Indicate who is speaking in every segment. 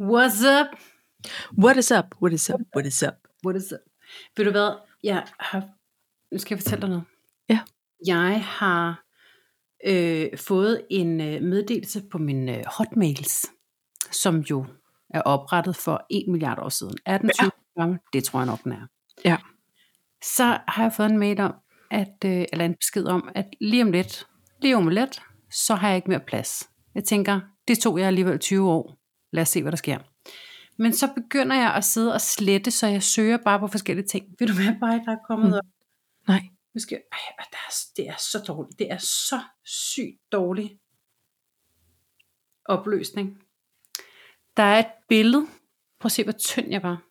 Speaker 1: What's up?
Speaker 2: What is up? What is up? What is up?
Speaker 1: What is up? Ved du hvad? Jeg har... Nu skal jeg fortælle dig noget.
Speaker 2: Ja.
Speaker 1: Jeg har øh, fået en øh, meddelelse på min øh, hotmails, som jo er oprettet for 1 milliard år siden. Er den 20 år gammel? Det tror jeg nok, den er.
Speaker 2: Ja.
Speaker 1: Så har jeg fået en mail om, at, øh, eller en besked om, at lige om lidt, lige om lidt, så har jeg ikke mere plads. Jeg tænker, det tog jeg alligevel 20 år. Lad os se, hvad der sker. Men så begynder jeg at sidde og slette, så jeg søger bare på forskellige ting. Ved du hvad, bare der er kommet
Speaker 2: Mm.
Speaker 1: op?
Speaker 2: Nej.
Speaker 1: Nu skal jeg, ej, og der er, det er så dårligt. Det er så sygt dårlig opløsning. Der er et billede. Prøv at se, hvor tynd jeg var.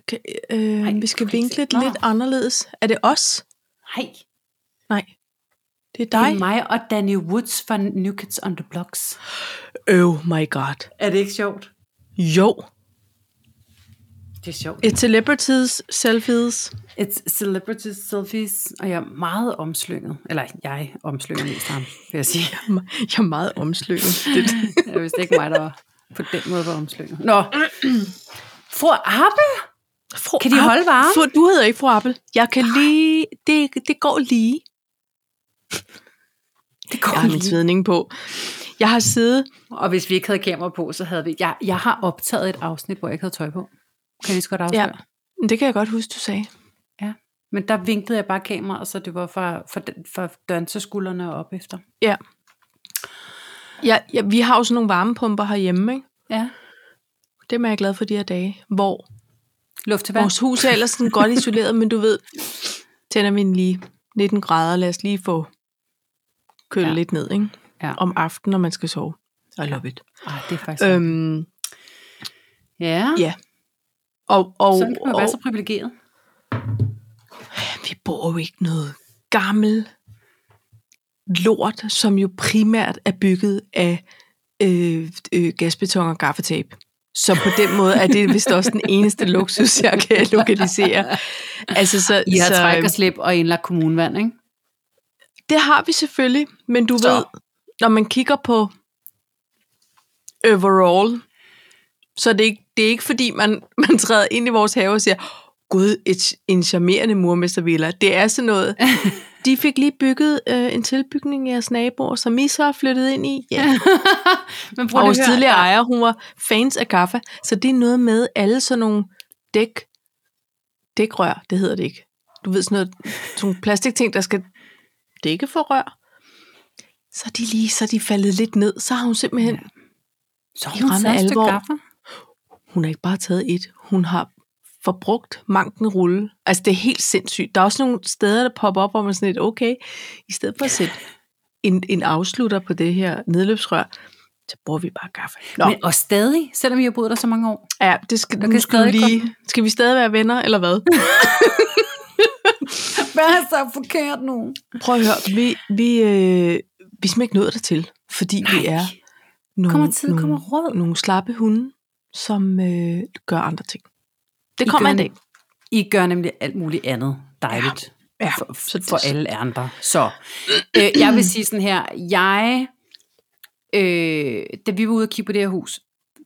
Speaker 2: Okay, øh,
Speaker 1: Ej,
Speaker 2: vi skal
Speaker 1: du kan ikke se-
Speaker 2: vinkle det
Speaker 1: Nå.
Speaker 2: lidt anderledes. Er det os?
Speaker 1: Nej,
Speaker 2: Nej. Det er
Speaker 1: det
Speaker 2: dig.
Speaker 1: er mig og Danny Woods fra New Kids on the Blocks.
Speaker 2: Oh my god.
Speaker 1: Er det ikke sjovt?
Speaker 2: Jo.
Speaker 1: Det er sjovt.
Speaker 2: Et celebrities selfies.
Speaker 1: It's celebrities selfies, og jeg er meget omslynget. Eller jeg omslynger mest ham, vil jeg sige.
Speaker 2: Jeg er meget omslynget. Det,
Speaker 1: Jeg vidste ikke mig, der var på den måde var omslynget. Nå. Fru Arbe?
Speaker 2: fru
Speaker 1: Kan de holde Ah. varmen?
Speaker 2: Fru, du hedder ikke fru Appel. Jeg kan lige... Det, det går lige.
Speaker 1: Det
Speaker 2: Jeg har min svedning på. Jeg har siddet...
Speaker 1: Og hvis vi ikke havde kamera på, så havde vi... Jeg, jeg har optaget et afsnit, hvor jeg ikke havde tøj på. Kan jeg lige så godt afsløre? Ja.
Speaker 2: Men Det kan jeg godt huske, du sagde.
Speaker 1: Men der vinklede jeg bare kameraet, så det var fra, fra, den- fra døren til skuldrene og op efter.
Speaker 2: Ja. Ja, ja, vi har jo sådan nogle varmepumper herhjemme, ikke?
Speaker 1: Ja.
Speaker 2: Dem er jeg glad for de her dage, hvor
Speaker 1: Luft til vand.
Speaker 2: Vores hus er ellers sådan godt isoleret, men du ved, tænder vi den lige 19 grader, lad os lige få kølet
Speaker 1: Ja.
Speaker 2: ja. lidt ned, ikke?
Speaker 1: Ja.
Speaker 2: Om aftenen, når man skal sove. I love it.
Speaker 1: Ej, det er faktisk... Øh,
Speaker 2: Øhm,
Speaker 1: ja.
Speaker 2: ja. Og, og,
Speaker 1: Sådan kan man
Speaker 2: og
Speaker 1: være så privilegeret.
Speaker 2: vi bor jo ikke noget gammel lort, som jo primært er bygget af øh, øh, gasbeton og gaffatape. Så på den måde er det vist også den eneste luksus, jeg kan lokalisere. Altså, så,
Speaker 1: I har
Speaker 2: så,
Speaker 1: træk og slip og indlagt kommunevand, ikke?
Speaker 2: Det har vi selvfølgelig, men du
Speaker 1: Så.
Speaker 2: så. ved, når man kigger på overall, så er det ikke, det er ikke fordi, man, man træder ind i vores have og siger, gud, et, en charmerende murmestervilla. Det er sådan noget, de fik lige bygget øh, en tilbygning af jeres naboer, som I så er flyttet ind i. Ja.
Speaker 1: Men prøv lige
Speaker 2: Og
Speaker 1: at
Speaker 2: vores
Speaker 1: høre,
Speaker 2: tidligere
Speaker 1: der-
Speaker 2: ejer, hun var fans af kaffe, så det er noget med alle sådan nogle dæk, dækrør, det hedder det ikke. Du ved sådan noget, sådan nogle plastikting, der skal dække for rør. Så er de lige, så er de faldet lidt ned, så har hun simpelthen, ja.
Speaker 1: Så
Speaker 2: I ramme alvor.
Speaker 1: Gaffer.
Speaker 2: hun har ikke bare taget et, hun har forbrugt manken rulle. Altså det er helt sindssygt. Der er også nogle steder, der popper op, hvor man sådan lidt, okay, i stedet for at sætte en, en afslutter på det her nedløbsrør, så bruger vi bare kaffe. Nå.
Speaker 1: Men, og stadig, selvom I har boet der så mange år.
Speaker 2: Ja, det skal,
Speaker 1: Der
Speaker 2: nu
Speaker 1: kan
Speaker 2: skal, vi
Speaker 1: stadig
Speaker 2: lige, skal vi stadig være venner, eller hvad?
Speaker 1: Hvad er så forkert nu?
Speaker 2: Prøv at høre, vi, vi, øh, vi er simpelthen ikke nået dertil, fordi Nej. vi er nogle,
Speaker 1: Kommer tid,
Speaker 2: nogle,
Speaker 1: kommer råd.
Speaker 2: nogle slappe hunde, som øh, gør andre ting. Det
Speaker 1: I
Speaker 2: kommer
Speaker 1: gør
Speaker 2: en dag.
Speaker 1: nemlig- I gør nemlig alt muligt andet dejligt
Speaker 2: Ja,
Speaker 1: for,
Speaker 2: så det-
Speaker 1: for alle andre. Så øh, jeg vil sige sådan her, jeg, øh, da vi var ude og kigge på det her hus,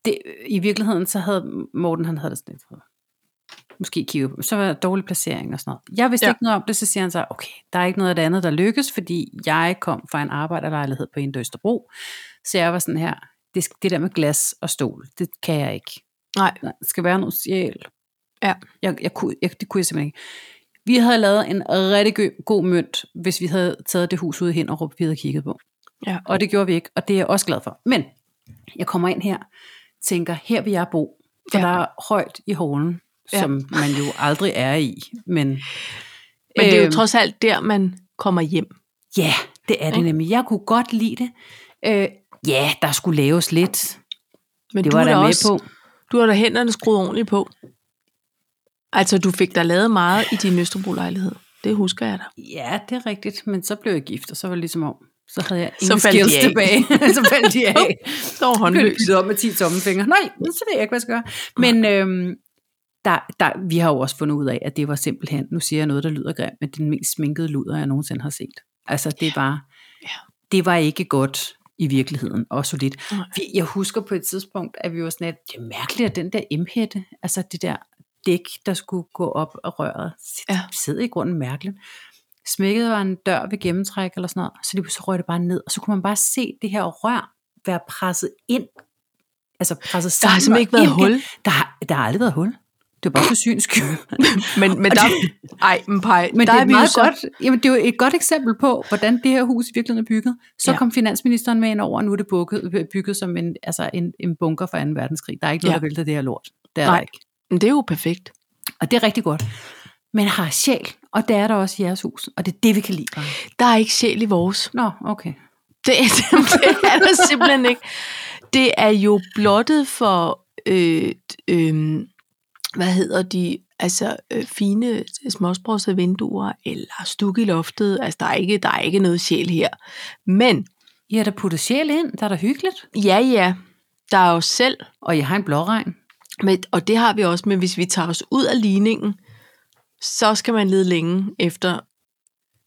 Speaker 1: det, i virkeligheden så havde Morten, han havde det sådan lidt for, måske kigge på, så var der dårlig placering og sådan noget. Jeg vidste ja.
Speaker 2: Ja.
Speaker 1: ikke noget om det, så siger han så, okay, der er ikke noget af det andet, der lykkes, fordi jeg kom fra en arbejderlejlighed på Indre Østerbro, så jeg var sådan her, det, sk- det der med glas og stol, det kan jeg ikke.
Speaker 2: Nej.
Speaker 1: Der skal være noget sjæl.
Speaker 2: Ja.
Speaker 1: Jeg, jeg, kunne, jeg, det kunne jeg simpelthen ikke. Vi havde lavet en rigtig gø- god mønt, hvis vi havde taget det hus ud hen og råbt, vi havde kigget på.
Speaker 2: Ja.
Speaker 1: Og det gjorde vi ikke, og det er jeg også glad for. Men jeg kommer ind her, tænker, her vil jeg bo, for
Speaker 2: Ja.
Speaker 1: ja. der er højt i hålen, ja.
Speaker 2: Ja.
Speaker 1: som man jo aldrig er i. Men, men
Speaker 2: Men det er
Speaker 1: Øhm.
Speaker 2: jo trods alt der, man kommer hjem.
Speaker 1: Ja, det er det nemlig. Jeg kunne godt lide det. Øh, ja, der skulle laves lidt.
Speaker 2: Men
Speaker 1: Det
Speaker 2: du
Speaker 1: var
Speaker 2: er
Speaker 1: jeg da
Speaker 2: da
Speaker 1: med
Speaker 2: også,
Speaker 1: på.
Speaker 2: Du har da hænderne skruet ordentligt på. Altså, du fik da lavet meget i din Østerbro-lejlighed. Det husker jeg da.
Speaker 1: Ja, det er rigtigt, men så blev jeg gift, og så var det ligesom om, så havde jeg
Speaker 2: Så
Speaker 1: ingen
Speaker 2: faldt de
Speaker 1: skills
Speaker 2: af.
Speaker 1: tilbage. så faldt de af.
Speaker 2: Det var
Speaker 1: blev
Speaker 2: håndløst.
Speaker 1: byttet op med 10 tommelfingre. Nej, så ved jeg ikke, hvad jeg skal gøre. Men øhm, der, der, vi har jo også fundet ud af, at det var simpelthen, nu siger jeg noget, der lyder grimt, men den mest sminkede luder, jeg nogensinde har set. Altså, det var,
Speaker 2: Ja.
Speaker 1: det var ikke godt. i virkeligheden, og solidt.
Speaker 2: Nej.
Speaker 1: Vi, jeg husker på et tidspunkt, at vi var sådan, at det er mærkeligt, at den der emhætte, altså det der dæk, der skulle gå op og røret, ja.
Speaker 2: Ja.
Speaker 1: sidder i grunden mærkeligt. Smækket var en dør ved gennemtræk eller sådan noget, så lige pludselig røg det bare ned, og så kunne man bare se det her rør være presset ind, altså presset
Speaker 2: Der
Speaker 1: sammen.
Speaker 2: har simpelthen
Speaker 1: og
Speaker 2: ikke været
Speaker 1: ind gennem-
Speaker 2: hul.
Speaker 1: Der har, der har aldrig været hul. Det var bare for syns skyld.
Speaker 2: Men, men
Speaker 1: Og
Speaker 2: der, ej, men pej,
Speaker 1: Men der
Speaker 2: der
Speaker 1: det er,
Speaker 2: vi jo
Speaker 1: meget
Speaker 2: så-
Speaker 1: godt, jamen det er jo et godt eksempel på, hvordan det her hus i virkeligheden er bygget. Så ja.
Speaker 2: Ja.
Speaker 1: kom finansministeren med ind over, og nu er det bygget, bygget som en, altså en, en bunker fra 2. verdenskrig. Der er ikke noget, ja.
Speaker 2: Ja.
Speaker 1: der vælter det her lort. Det er
Speaker 2: Nej.
Speaker 1: der ikke.
Speaker 2: Men det er jo perfekt.
Speaker 1: Og det er rigtig godt. Men har sjæl, og det er der også i jeres hus. Og det er det, vi kan lide.
Speaker 2: Der er ikke sjæl i vores.
Speaker 1: Nå, okay.
Speaker 2: Det, det er der simpelthen ikke. Det er jo blottet for, øh, øh, hvad hedder de, altså øh, fine småsprogsede vinduer, eller stuk i loftet. Altså, der er, ikke, der er ikke noget sjæl her. Men,
Speaker 1: I har da puttet sjæl ind, der er da hyggeligt.
Speaker 2: ja ja, der er jo selv,
Speaker 1: Og jeg har en blåregn.
Speaker 2: Men, og det har vi også, men hvis vi tager os ud af ligningen, så skal man lede længe efter,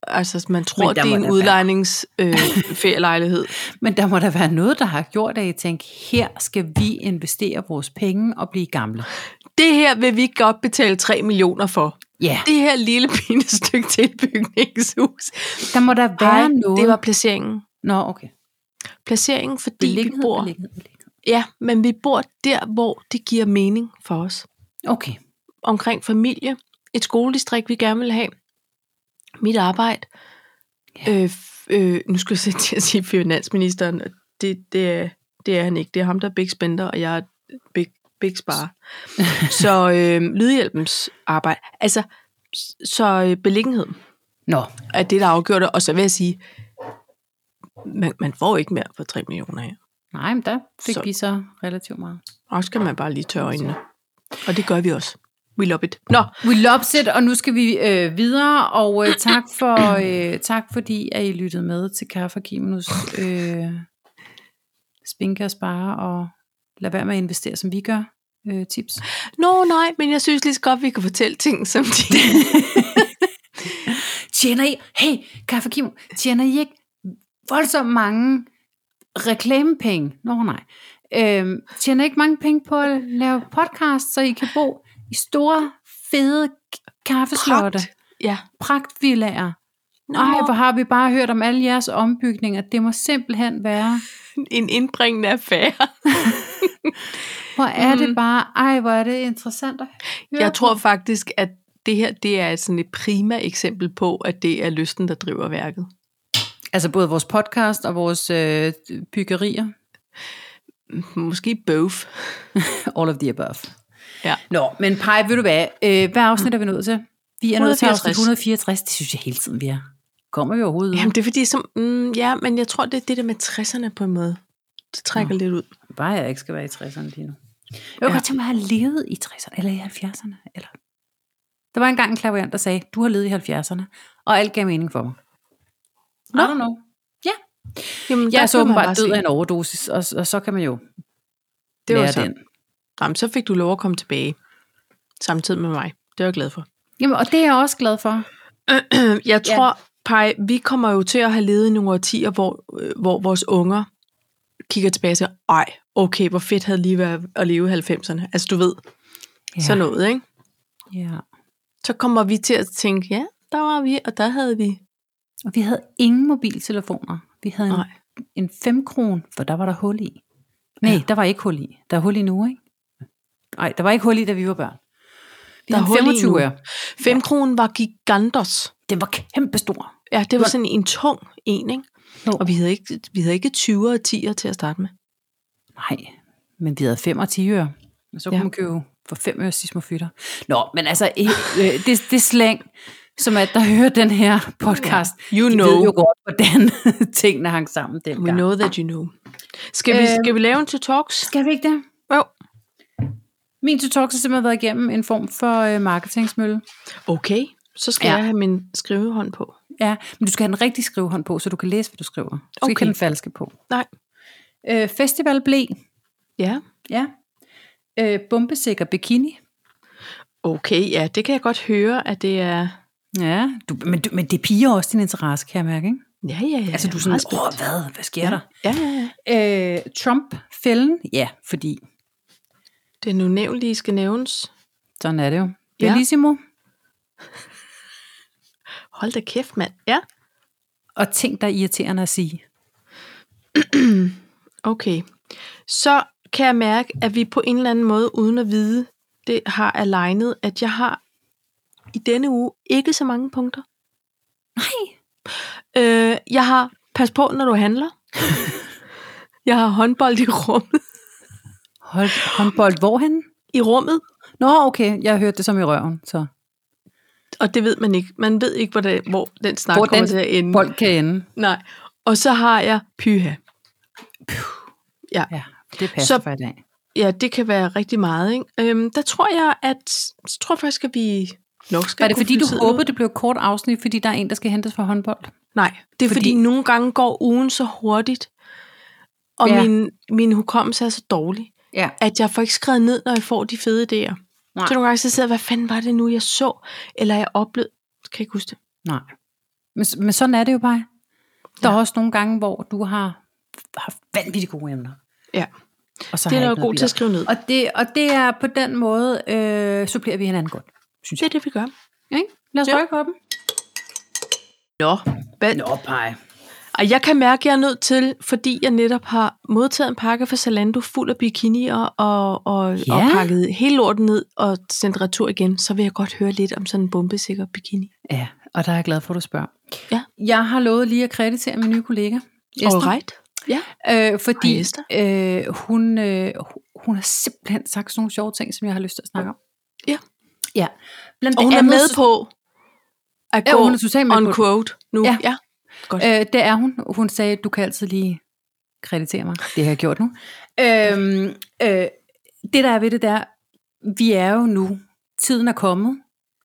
Speaker 2: altså man tror,
Speaker 1: Men der
Speaker 2: det er
Speaker 1: må da
Speaker 2: en
Speaker 1: være-
Speaker 2: udlejningsferielejlighed. Øh, ferielejlighed.
Speaker 1: Men der må da være noget, der har gjort, at I tænker, her skal vi investere vores penge og blive gamle.
Speaker 2: det her vil vi godt betale 3 millioner for.
Speaker 1: Ja,
Speaker 2: Det her lille fine stykke tilbygningshus.
Speaker 1: der må der være noget.
Speaker 2: det var placeringen.
Speaker 1: Nå, okay.
Speaker 2: Placeringen, fordi vi bor...
Speaker 1: beliggenhed, beliggenhed.
Speaker 2: Ja, men vi bor der, hvor det giver mening for os.
Speaker 1: Okay.
Speaker 2: Omkring familie, et skoledistrikt, vi gerne vil have, mit arbejde.
Speaker 1: Ja.
Speaker 2: Øh, f- øh, nu skulle jeg sætte til at sige finansministeren, og det, det, er, det er han ikke. Det er ham, der er big spender, og jeg er big, big sparer. så øh, lydhjælpens arbejde. Altså, s- så øh, beliggenhed.
Speaker 1: Nå,
Speaker 2: er det, der afgør det. Og så vil jeg sige, man, man får ikke mere for 3 millioner her.
Speaker 1: nej, men der fik så.
Speaker 2: Så-
Speaker 1: vi så relativt meget.
Speaker 2: Og så skal man bare lige tørre øjnene. Og det gør vi også. We love it. Nå,
Speaker 1: We loves it, og nu skal vi øh, videre, og øh, tak, for, øh, tak fordi, at I lyttede med til Kaffe og Kimenos øh, spinke og spare, og lad være med at investere, som vi gør. Øh, tips.
Speaker 2: no, nej, men jeg synes lige så godt, vi kan fortælle ting, som de...
Speaker 1: Tjener I, hey, Kaffe og Kimo, tjener I ikke voldsomt mange reklamepenge? Nå nej. Øhm, tjener I ikke mange penge på at lave podcast, så I kan bo i store, fede k- kaffeslotte?
Speaker 2: Pragt. Ja.
Speaker 1: pragtvillager.
Speaker 2: Nå,
Speaker 1: Nej, hvor har vi bare hørt om alle jeres ombygninger. Det må simpelthen være.
Speaker 2: en indbringende affære.
Speaker 1: Hvor er mm. det
Speaker 2: Mm.
Speaker 1: bare, ej, hvor er det interessant at høre
Speaker 2: Jeg
Speaker 1: på.
Speaker 2: tror faktisk, at det her, det er sådan et prima eksempel på, at det er lysten, der driver værket.
Speaker 1: Altså både vores podcast og vores øh, byggerier.
Speaker 2: Måske both.
Speaker 1: All of the above.
Speaker 2: Ja.
Speaker 1: Nå, men Paj, ved du hvad? Øh, hvad afsnit er vi nået til? Vi er nået til afsnit
Speaker 2: 164.
Speaker 1: 164. Det synes jeg hele tiden, vi er. Kommer vi overhovedet
Speaker 2: Jamen,
Speaker 1: Jamen.
Speaker 2: det er fordi, som, mm, ja, men jeg tror, det er det der med 60'erne på en måde. Det trækker lidt ud.
Speaker 1: Bare jeg ikke skal være i 60'erne lige nu. Jeg kunne
Speaker 2: Ja.
Speaker 1: godt tænke mig at have levet i 60'erne, eller i 70'erne. Eller... Der var engang en klaverant, der sagde, du har levet i 70'erne, og alt gav mening for mig.
Speaker 2: Nå.
Speaker 1: I don't know.
Speaker 2: Jamen,
Speaker 1: Jeg
Speaker 2: der
Speaker 1: er så
Speaker 2: kan man
Speaker 1: åbenbart
Speaker 2: bare
Speaker 1: død
Speaker 2: se.
Speaker 1: af en overdosis, og, og så kan man jo
Speaker 2: Det var
Speaker 1: lære
Speaker 2: så.
Speaker 1: den.
Speaker 2: Jamen, så fik du lov at komme tilbage samtidig med mig. Det er jeg glad for.
Speaker 1: Jamen, og det er jeg også glad for.
Speaker 2: Jeg tror, ja. Paj, vi kommer jo til at have levet i nogle årtier, hvor, øh, hvor vores unger kigger tilbage og siger, ej, okay, hvor fedt havde lige været at leve i 90'erne. Altså, du ved, ja. sådan noget, ikke?
Speaker 1: Ja.
Speaker 2: Så kommer vi til at tænke, ja, der var vi, og der havde vi.
Speaker 1: Og vi havde ingen mobiltelefoner. Vi havde en,
Speaker 2: Nej.
Speaker 1: en femkron, for der var der hul i. Nej, ja. der var ikke hul i. Der er hul i nu, ikke? Nej, der var ikke hul i, da vi var børn. Vi
Speaker 2: Der
Speaker 1: havde
Speaker 2: er hul i
Speaker 1: 25
Speaker 2: nu.
Speaker 1: øre.
Speaker 2: Femkronen var gigantos.
Speaker 1: Den var kæmpestor.
Speaker 2: Ja, det var
Speaker 1: Hvor-
Speaker 2: sådan en tung en, ikke?
Speaker 1: Jo.
Speaker 2: Og vi havde ikke, vi havde ikke 20'er og 10'er til at starte med.
Speaker 1: Nej, men vi havde 5 og 10 øre. Og så kunne ja.
Speaker 2: Ja.
Speaker 1: man købe for 5 øre de små fytter. Nå, men altså, øh, øh, det, det slæng, som at der hører den her podcast,
Speaker 2: Ja. You
Speaker 1: de
Speaker 2: know.
Speaker 1: ved jo godt, hvordan tingene hang sammen
Speaker 2: We
Speaker 1: dengang.
Speaker 2: know that you know. Skal vi,
Speaker 1: Øhm.
Speaker 2: skal vi lave en to talks?
Speaker 1: Skal vi ikke det?
Speaker 2: Jo.
Speaker 1: Min to talks har simpelthen været igennem en form for øh, marketingsmølle.
Speaker 2: Okay, så skal
Speaker 1: Ja.
Speaker 2: ja. jeg have min skrivehånd på.
Speaker 1: Ja, men du skal have den rigtige skrivehånd på, så du kan læse, hvad du skriver. Du skal okay. ikke
Speaker 2: Okay.
Speaker 1: have den falske på.
Speaker 2: Nej.
Speaker 1: Øh, festival blev,
Speaker 2: Ja.
Speaker 1: ja. Øh, bombesikker bikini.
Speaker 2: Okay, ja, det kan jeg godt høre, at det er...
Speaker 1: Ja, du, men, du, men det piger også din interesse, kan jeg mærke, ikke?
Speaker 2: Ja, ja, ja.
Speaker 1: Altså du er sådan,
Speaker 2: meget spændt.
Speaker 1: åh hvad, hvad sker
Speaker 2: Ja,
Speaker 1: der?
Speaker 2: ja, ja, ja.
Speaker 1: Øh, Trump-fælden? Ja, fordi
Speaker 2: Den unævnlige skal nævnes.
Speaker 1: sådan er det jo.
Speaker 2: Ja.
Speaker 1: Bellissimo.
Speaker 2: Hold da kæft, mand. Ja.
Speaker 1: Og ting, der er irriterende at sige.
Speaker 2: Okay. Så kan jeg mærke, at vi på en eller anden måde, uden at vide, det har alignet, at jeg har i denne uge ikke så mange punkter.
Speaker 1: Nej.
Speaker 2: Øh, jeg har pas på, når du handler. jeg har håndbold i rummet.
Speaker 1: Hold, håndbold, hvorhen?
Speaker 2: I rummet.
Speaker 1: Nå, okay, jeg hørte det som i røven, så
Speaker 2: Og det ved man ikke. Man ved ikke, hvor, det, hvor den snak
Speaker 1: Hvor
Speaker 2: hvor kommer
Speaker 1: den
Speaker 2: til at ende.
Speaker 1: bold kan ende.
Speaker 2: Nej. Og så har jeg pyha.
Speaker 1: Ja, det passer
Speaker 2: Så-
Speaker 1: for i dag.
Speaker 2: Ja, det kan være rigtig meget. Ikke? Øhm, der tror jeg, at så tror jeg faktisk, at vi nok skal
Speaker 1: Var det
Speaker 2: kunne
Speaker 1: fordi, du
Speaker 2: fylde tiden ud.
Speaker 1: håbede, det blev et kort afsnit, fordi der er en, der skal hentes fra håndbold?
Speaker 2: Nej, det er fordi,
Speaker 1: Fordi-
Speaker 2: fordi nogle gange går ugen så hurtigt, og
Speaker 1: Ja.
Speaker 2: ja. min, min hukommelse er så dårlig,
Speaker 1: Ja.
Speaker 2: at jeg får ikke skrevet ned, når jeg får de fede idéer.
Speaker 1: Nej.
Speaker 2: Så nogle gange så sidder jeg, hvad fanden var det nu, jeg så, eller jeg oplevede. Kan jeg ikke huske det?
Speaker 1: Nej. Men, men sådan er det jo bare. Der er også nogle gange, hvor du har haft vanvittigt gode emner.
Speaker 2: Ja,
Speaker 1: Og så
Speaker 2: det
Speaker 1: har jeg
Speaker 2: er jeg
Speaker 1: ikke
Speaker 2: god
Speaker 1: noget
Speaker 2: til at
Speaker 1: bidrag.
Speaker 2: skrive ned. Og
Speaker 1: Og det, og det er på den måde, øh, supplerer vi hinanden godt, synes
Speaker 2: det
Speaker 1: jeg.
Speaker 2: er det, vi gør.
Speaker 1: Ikke? Lad os
Speaker 2: Ja.
Speaker 1: rykke på dem.
Speaker 2: Nå, hvad? Nå.
Speaker 1: pej.
Speaker 2: Og jeg kan mærke, at jeg er nødt til, fordi jeg netop har modtaget en pakke fra Zalando fuld af bikinier og, og,
Speaker 1: Ja.
Speaker 2: ja. og pakket hele lorten ned og sendt retur igen, så vil jeg godt høre lidt om sådan en bombesikker bikini.
Speaker 1: Ja, og der er jeg glad for, at du spørger.
Speaker 2: Ja.
Speaker 1: Jeg har lovet lige at kreditere min nye kollega, Esther.
Speaker 2: Alright. Ja.
Speaker 1: Øh, fordi
Speaker 2: Hej,
Speaker 1: Hej,
Speaker 2: Esther.
Speaker 1: øh, hun, øh, hu- hun har simpelthen sagt sådan nogle sjove ting, som jeg har lyst til at snakke om.
Speaker 2: Ja.
Speaker 1: ja. Blandt
Speaker 2: Og hun er
Speaker 1: andet
Speaker 2: med
Speaker 1: så-
Speaker 2: på at
Speaker 1: Ja,
Speaker 2: gå
Speaker 1: hun er totalt med
Speaker 2: on
Speaker 1: på det.
Speaker 2: quote nu.
Speaker 1: Ja.
Speaker 2: ja.
Speaker 1: Øh, det er hun. Hun sagde, du kan altid lige kreditere mig. Det har jeg gjort nu. Øhm, øh, det der er ved det, der, vi er jo nu, tiden er kommet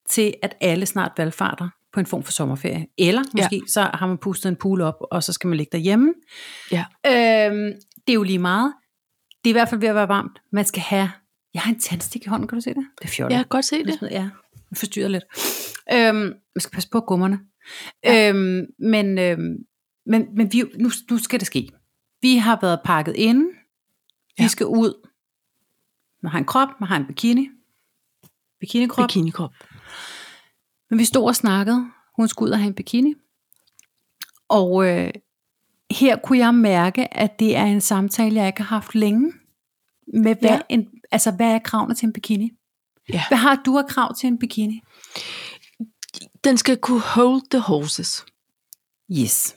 Speaker 1: til, at alle snart valgfarter på en form for sommerferie. Eller
Speaker 2: Ja.
Speaker 1: måske så har man pustet en pool op, og så skal man ligge derhjemme.
Speaker 2: Ja.
Speaker 1: Øhm, det er jo lige meget. Det er i hvert fald ved at være varmt. Man skal have... Jeg har en tandstik i hånden, kan du se det? Det er fjollet.
Speaker 2: Jeg kan godt se det.
Speaker 1: Ja, ja. Jeg forstyrrer lidt. Øhm, man skal passe på gummerne. Ja. Øhm, men øhm, men, men vi, nu, nu skal det ske. Vi har været pakket inde. Vi
Speaker 2: Ja.
Speaker 1: skal ud. Man har en krop, man har en bikini. Bikinikrop. Bikini.
Speaker 2: Bikinikrop.
Speaker 1: Men vi stod og snakkede. Hun skulle ud og have en bikini. Og øh, her kunne jeg mærke, at det er en samtale, jeg ikke har haft længe. Med hvad, ja.
Speaker 2: Ja.
Speaker 1: en, altså, hvad er kravene til en bikini?
Speaker 2: Ja.
Speaker 1: Hvad har du af krav til en bikini?
Speaker 2: Den skal kunne hold the horses.
Speaker 1: Yes.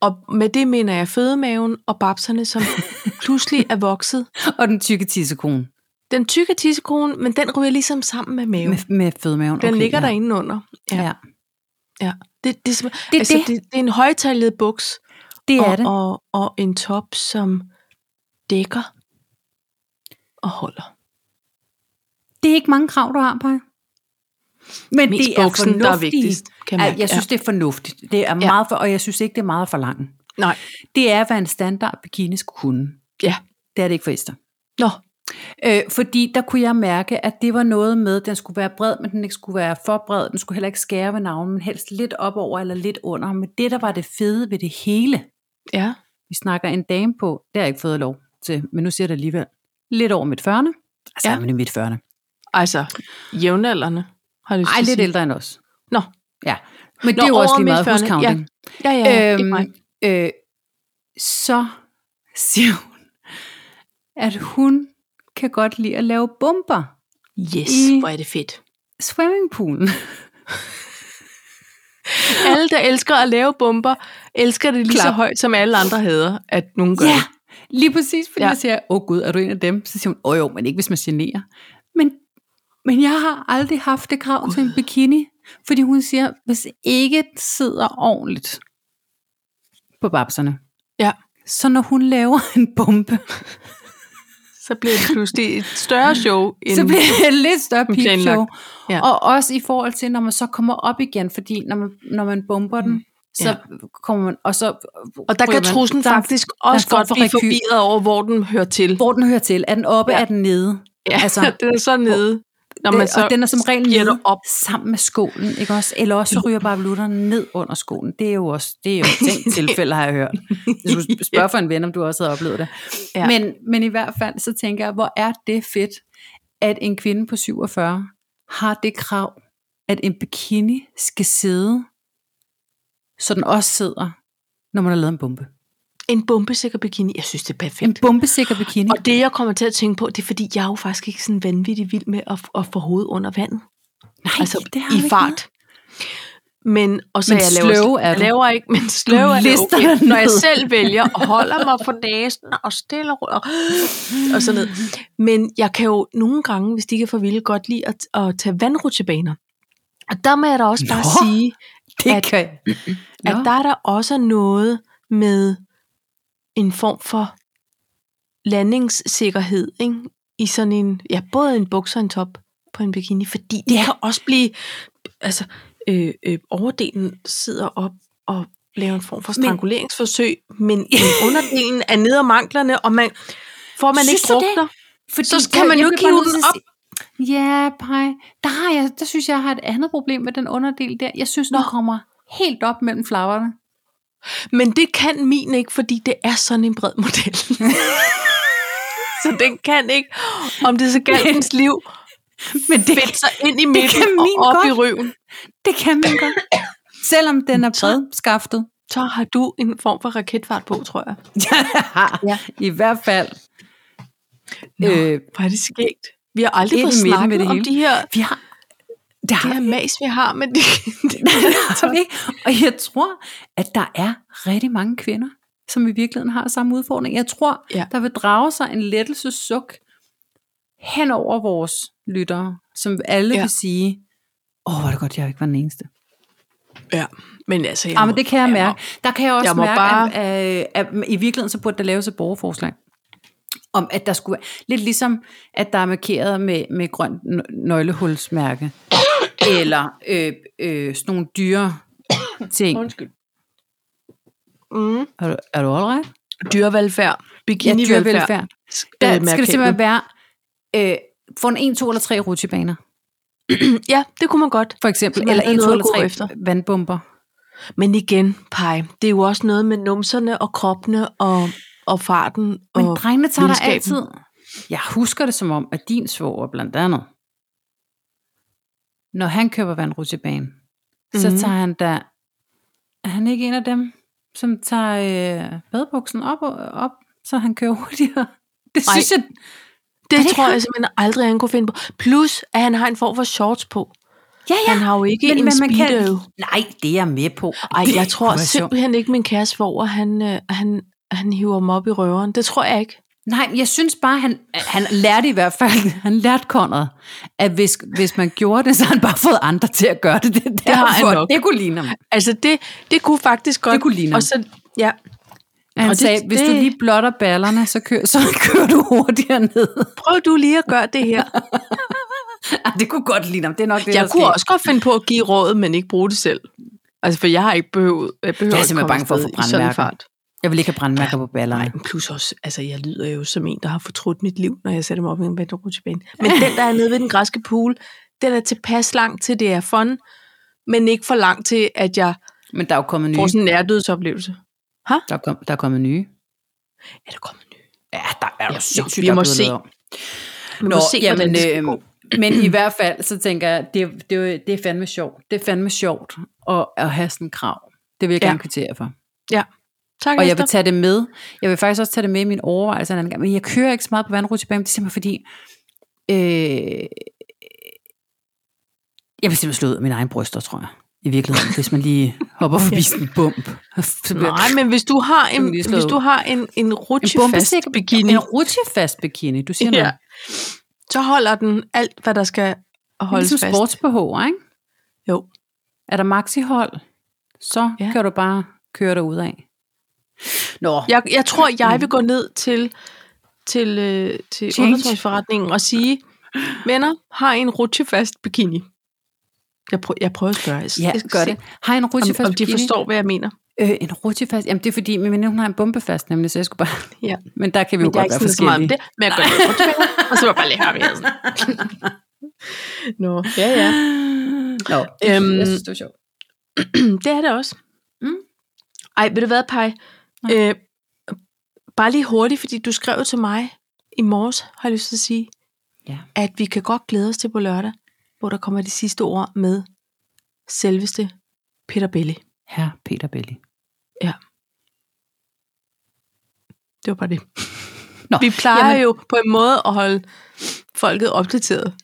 Speaker 2: Og med det mener jeg fødemaven og babserne, som pludselig er vokset.
Speaker 1: Og den tykke tissekone
Speaker 2: Den tykke tissekone, men den ryger ligesom sammen med maven.
Speaker 1: med, med fedmaven.
Speaker 2: Den okay, ligger
Speaker 1: ja.
Speaker 2: ja. derinde under.
Speaker 1: Ja. ja.
Speaker 2: ja. Det, det, det,
Speaker 1: Det er
Speaker 2: altså,
Speaker 1: det.
Speaker 2: det. Det, det er en højtallet buks
Speaker 1: Det er
Speaker 2: og,
Speaker 1: det.
Speaker 2: Og, og en top, som dækker og holder.
Speaker 1: Det er ikke mange krav, du har, Paj. Men
Speaker 2: Mest
Speaker 1: det er
Speaker 2: buksen, der er
Speaker 1: fornuftigt.
Speaker 2: vigtigst, kan jeg mærke.
Speaker 1: jeg synes, det er fornuftigt. Det er meget for, og jeg synes ikke, det er meget for langt.
Speaker 2: Nej,
Speaker 1: Det er, hvad en standard bikini skulle kunne.
Speaker 2: ja.
Speaker 1: Det er det ikke for Esther.
Speaker 2: Nå,
Speaker 1: Øh, fordi der kunne jeg mærke, at det var noget med, at den skulle være bred, men den ikke skulle være for bred. Den skulle heller ikke skære ved navnen, men helst lidt op over eller lidt under. Men det, der var det fede ved det hele,
Speaker 2: ja.
Speaker 1: vi snakker en dame på, det har jeg ikke fået lov til, men nu siger jeg det alligevel, lidt over midt 40'erne. Altså,
Speaker 2: Ja.
Speaker 1: ja. men i midt 40'erne.
Speaker 2: Altså, jævnaldrende, har jeg lyst
Speaker 1: Ej,
Speaker 2: til at
Speaker 1: lidt
Speaker 2: sige.
Speaker 1: ældre end os.
Speaker 2: Nå.
Speaker 1: Ja, men det er jo
Speaker 2: over
Speaker 1: også lige meget
Speaker 2: midtfyrrerne,
Speaker 1: huscounting.
Speaker 2: Ja, ja, ja øhm,
Speaker 1: øhm, øh, så siger hun, at hun kan godt lide at lave bomber
Speaker 2: Yes,
Speaker 1: i-
Speaker 2: hvor er det fedt.
Speaker 1: i swimmingpoolen.
Speaker 2: Alle, der elsker at lave bomber, elsker det lige
Speaker 1: Klap.
Speaker 2: så højt, som alle andre hader, at nogen gør
Speaker 1: Ja,
Speaker 2: det.
Speaker 1: lige præcis, fordi ja.
Speaker 2: Ja.
Speaker 1: jeg siger, åh oh, gud, er du en af dem? Så siger hun, åh jo, men ikke hvis man generer. Men, men jeg har aldrig haft det krav til en bikini, fordi hun siger, hvis ikke det sidder ordentligt på babserne,
Speaker 2: Ja.
Speaker 1: så når hun laver en bombe,
Speaker 2: Så bliver det pludselig et større show. End,
Speaker 1: så bliver det et lidt større
Speaker 2: en
Speaker 1: peepshow.
Speaker 2: planlagt. Ja.
Speaker 1: Og også i forhold til, når man så kommer op igen, fordi når man, når man bomber den, så
Speaker 2: Mm. Ja.
Speaker 1: kommer man, og så
Speaker 2: og der
Speaker 1: ryger
Speaker 2: kan
Speaker 1: man-
Speaker 2: truslen
Speaker 1: der er-
Speaker 2: faktisk
Speaker 1: er
Speaker 2: også
Speaker 1: en form
Speaker 2: godt
Speaker 1: for
Speaker 2: blive
Speaker 1: rekyl.
Speaker 2: forvirret over, hvor den hører til.
Speaker 1: Hvor den hører til. Er den oppe, ja.
Speaker 2: Ja.
Speaker 1: er den nede?
Speaker 2: Ja, altså, den er så nede.
Speaker 1: Nå, men så Øh, og den er som regel
Speaker 2: giver
Speaker 1: nede
Speaker 2: du op. Mm.
Speaker 1: sammen med skålen, ikke også? Eller også så ryger bavolutterne ned under skålen. Det er jo også det er jo et tænkt tilfælde, har jeg hørt. Hvis du spørger for en ven, om du også havde oplevet det.
Speaker 2: Ja.
Speaker 1: Ja. Men, men i hvert fald, så tænker jeg, hvor er det fedt, at en kvinde på 47 har det krav, at en bikini skal sidde, så den også sidder, når man har lavet en bombe.
Speaker 2: En bombesikker bikini, jeg synes, det er perfekt.
Speaker 1: En bombesikker bikini.
Speaker 2: Og det, jeg kommer til at tænke på, det er, fordi jeg er jo faktisk ikke sådan vanvittig vild med at, at få hovedet under vandet.
Speaker 1: Nej,
Speaker 2: altså
Speaker 1: det har du
Speaker 2: i
Speaker 1: ikke
Speaker 2: fart. Men, og så
Speaker 1: Men
Speaker 2: jeg laver,
Speaker 1: slow er
Speaker 2: jeg
Speaker 1: du.
Speaker 2: laver ikke, men slow er det
Speaker 1: lister
Speaker 2: okay,
Speaker 1: dig
Speaker 2: når jeg
Speaker 1: ned.
Speaker 2: selv vælger og holder mig for næsen og stille og, og, og sådan noget. Men jeg kan jo nogle gange, hvis de ikke er for vilde, godt lide at, at tage vandrutsjebaner. Og der må jeg da også bare
Speaker 1: Nå.
Speaker 2: sige,
Speaker 1: Det
Speaker 2: at-
Speaker 1: kan jeg.
Speaker 2: at
Speaker 1: Nå.
Speaker 2: der er der også noget med en form for landingssikkerhed, ikke? I sådan en, ja, både en buks og en top på en bikini, fordi det ja.
Speaker 1: Ja.
Speaker 2: kan også blive, altså, øh, øh, overdelen sidder op og laver en form for
Speaker 1: Men-
Speaker 2: stranguleringsforsøg, men, men underdelen er nede om manklerne, og man, får man
Speaker 1: Synes
Speaker 2: ikke
Speaker 1: du det?
Speaker 2: drukner.
Speaker 1: Fordi
Speaker 2: Så skal man jo
Speaker 1: bliver
Speaker 2: ikke
Speaker 1: bare
Speaker 2: hive
Speaker 1: nødt
Speaker 2: den
Speaker 1: til at sige- Ja, pej. Der, har jeg, der synes jeg, jeg har et andet problem med den underdel der. Jeg synes, den
Speaker 2: Nå.
Speaker 1: kommer helt op mellem flagrene.
Speaker 2: Men det kan min ikke, fordi det er sådan en bred model. så den kan ikke, om det så galt dens liv,
Speaker 1: Men det,
Speaker 2: fedt sig ind i midten
Speaker 1: kan min
Speaker 2: og op
Speaker 1: godt.
Speaker 2: i røven.
Speaker 1: det kan man godt. Selvom den er
Speaker 2: Så-
Speaker 1: bredskaftet.
Speaker 2: Så har du en form for raketfart på, tror jeg. Ja.
Speaker 1: ja. I hvert fald.
Speaker 2: Nå.
Speaker 1: Øh,
Speaker 2: Hvor er det skægt. Vi har aldrig
Speaker 1: Ind
Speaker 2: fået
Speaker 1: i midten
Speaker 2: snakket
Speaker 1: med det
Speaker 2: om
Speaker 1: hele.
Speaker 2: de her,
Speaker 1: vi har... Det
Speaker 2: de
Speaker 1: har
Speaker 2: her mas, vi har med de,
Speaker 1: Som ikke- og jeg tror, at der er rigtig mange kvinder, som i virkeligheden har samme udfordring. Jeg tror,
Speaker 2: Ja.
Speaker 1: ja. der vil drage sig en lettelsessuk hen over vores lyttere, som alle
Speaker 2: Ja.
Speaker 1: ja. vil sige, åh, hvor er det godt, jeg ikke var den eneste.
Speaker 2: Ja, men altså... Jeg
Speaker 1: Ja, Ah, men det kan jeg mærke. Der kan jeg også
Speaker 2: jeg må
Speaker 1: mærke,
Speaker 2: bare-
Speaker 1: bare... at, øh, at, at, i virkeligheden så burde der laves et borgerforslag. Om at der skulle være, lidt ligesom, at der er markeret med, med grønt nø- nøglehulsmærke. eller øh, øh, sådan nogle dyre ting.
Speaker 2: Undskyld. Mm.
Speaker 1: Er du, er du all right?
Speaker 2: Dyrevelfærd. Bikinivelfærd.
Speaker 1: Der
Speaker 2: øh,
Speaker 1: skal
Speaker 2: mærkat.
Speaker 1: det simpelthen være, øh, få en 1, 2 eller 3 rutsjebaner,
Speaker 2: Ja, det kunne man godt.
Speaker 1: for eksempel.
Speaker 2: Så man
Speaker 1: Eller
Speaker 2: har
Speaker 1: 1, 2
Speaker 2: noget at
Speaker 1: eller
Speaker 2: gå
Speaker 1: 3
Speaker 2: efter.
Speaker 1: efter. vandbomber.
Speaker 2: Men igen, pej, det er jo også noget med numserne og kroppene og, og farten.
Speaker 1: Men
Speaker 2: og,
Speaker 1: drengene tager der altid.
Speaker 2: vildskaben.
Speaker 1: Jeg husker det som om, at din svoger blandt andet, når han køber vandrutsjebane, mm-hmm.
Speaker 2: Mhm.
Speaker 1: så tager han da, er han ikke en af dem, som tager øh, badebuksen op, og, op, så han kører hurtigere? Det
Speaker 2: Nej.
Speaker 1: synes jeg,
Speaker 2: det,
Speaker 1: Er det
Speaker 2: det tror
Speaker 1: ikke
Speaker 2: jeg simpelthen aldrig, han kunne finde på. Plus, at han har en form for shorts på.
Speaker 1: ja ja.
Speaker 2: Han har jo ikke
Speaker 1: Men-
Speaker 2: en
Speaker 1: men man kan-
Speaker 2: speedo.
Speaker 1: Nej, det er jeg med på.
Speaker 2: Ej,
Speaker 1: Det
Speaker 2: jeg
Speaker 1: kunne
Speaker 2: tror
Speaker 1: være sjovt.
Speaker 2: simpelthen ikke, min kæreste svoger, han, øh, han, han hiver mig op i røveren. Det tror jeg ikke.
Speaker 1: Nej, jeg synes bare, han, han lærte i hvert fald, han lærte Conrad, at hvis, hvis man gjorde det, så har han bare fået andre til at gøre det. Det, det,
Speaker 2: har han nok.
Speaker 1: det kunne ligne ham.
Speaker 2: Altså, det, det kunne faktisk godt.
Speaker 1: Det kunne ligne
Speaker 2: og
Speaker 1: ham.
Speaker 2: så, ja.
Speaker 1: Han
Speaker 2: Og
Speaker 1: og
Speaker 2: det-
Speaker 1: sagde, det, hvis du
Speaker 2: det-
Speaker 1: lige blotter ballerne, så kører, så kører du hurtigere ned.
Speaker 2: Prøv du lige at gøre det her.
Speaker 1: Ej, det kunne godt ligne ham. Det er nok det,
Speaker 2: jeg
Speaker 1: der
Speaker 2: kunne
Speaker 1: sker.
Speaker 2: også godt finde på at give rådet, men ikke bruge det selv. Altså, for jeg har ikke behøvet, jeg behøver
Speaker 1: Jeg er
Speaker 2: ikke
Speaker 1: simpelthen
Speaker 2: komme
Speaker 1: bange for at
Speaker 2: afsted
Speaker 1: få
Speaker 2: i sådan en
Speaker 1: brændmærker.
Speaker 2: fart.
Speaker 1: Jeg vil ikke have brændmærker på
Speaker 2: Nej,
Speaker 1: ballerne.
Speaker 2: men plus også, altså jeg lyder jo som en, der har fortrudt mit liv, når jeg sætter mig op i en vandrutsjebane. Men den, der er nede ved den græske pool, den er tilpas lang til, det er fun, men ikke for lang til, at jeg
Speaker 1: Men der er jo kommet nye.
Speaker 2: får sådan en nærdødsoplevelse.
Speaker 1: Der er, kom, der er kommet nye.
Speaker 2: Er der kommet ny?
Speaker 1: Ja, der er jo
Speaker 2: Ja,
Speaker 1: sindssygt,
Speaker 2: vi
Speaker 1: der er
Speaker 2: må
Speaker 1: blevet
Speaker 2: se.
Speaker 1: lavet om.
Speaker 2: Vi
Speaker 1: Nå,
Speaker 2: må se, hvordan
Speaker 1: jamen,
Speaker 2: det skal
Speaker 1: øhm,
Speaker 2: gå.
Speaker 1: men i hvert fald, så tænker jeg, det, det, det er fandme sjovt. Det er fandme sjovt at, at have sådan en krav. Det vil jeg
Speaker 2: Ja.
Speaker 1: gerne kvittere for.
Speaker 2: Tak,
Speaker 1: Og jeg
Speaker 2: Esther.
Speaker 1: vil tage det med. Jeg vil faktisk også tage det med i min overvejelse en anden gang. Men jeg kører ikke så meget på vandrutsjebanen. Det er simpelthen fordi... Øh, jeg vil simpelthen slå ud af mine egne bryster, tror jeg. I virkeligheden, hvis man lige hopper forbi sådan en bump. Så bliver
Speaker 2: Nej, men hvis du har en,
Speaker 1: Sådan lige slået
Speaker 2: hvis du
Speaker 1: ud.
Speaker 2: har en, en rutschefast
Speaker 1: bombesikker
Speaker 2: bikini,
Speaker 1: En rutsjefast bikini, du siger ja.
Speaker 2: ja,
Speaker 1: noget.
Speaker 2: så holder den alt, hvad der skal
Speaker 1: Det er
Speaker 2: holdes
Speaker 1: ligesom
Speaker 2: fast.
Speaker 1: sports ikke?
Speaker 2: Jo.
Speaker 1: Er der maxihold, så
Speaker 2: Ja.
Speaker 1: ja. kan du bare køre dig ud af. Nå,
Speaker 2: Jeg, jeg tror, jeg vil gå ned til, til, øh, til
Speaker 1: Change.
Speaker 2: undertøjsforretningen og sige, venner, har I en rutsjefast bikini? Jeg, prøv, jeg prøver at spørge. Jeg,
Speaker 1: ja
Speaker 2: jeg skal
Speaker 1: gør
Speaker 2: se,
Speaker 1: det. Har I en
Speaker 2: Om,
Speaker 1: rutsjefast
Speaker 2: om de
Speaker 1: bikini?
Speaker 2: forstår, hvad jeg mener.
Speaker 1: Øh, en rutsjefast? Jamen det er fordi, men hun har en bombefast nemlig, så jeg skulle bare...
Speaker 2: Ja.
Speaker 1: Men der kan vi
Speaker 2: Men
Speaker 1: jo
Speaker 2: jeg er
Speaker 1: godt
Speaker 2: ikke
Speaker 1: være
Speaker 2: sådan så meget
Speaker 1: forskellige.
Speaker 2: om det, men jeg går ned til rutschefast, og så vil jeg bare lige have med. Nå, ja, ja.
Speaker 1: Nå,
Speaker 2: Øhm,
Speaker 1: jeg synes, det var sjovt.
Speaker 2: det er det også.
Speaker 1: Mm.
Speaker 2: Ej, ved du hvad, Paj?
Speaker 1: Nå.
Speaker 2: Øh, bare lige hurtigt, fordi du skrev til mig i morges, har jeg lyst til at sige,
Speaker 1: Ja.
Speaker 2: at vi kan godt glæde os til på lørdag, hvor der kommer de sidste ord med selveste Peter Belli.
Speaker 1: Herre Peter Belli.
Speaker 2: Det var bare det.
Speaker 1: Nå,
Speaker 2: Vi plejer
Speaker 1: jamen-
Speaker 2: jamen. jo på en måde at holde folket opdateret.
Speaker 1: Og,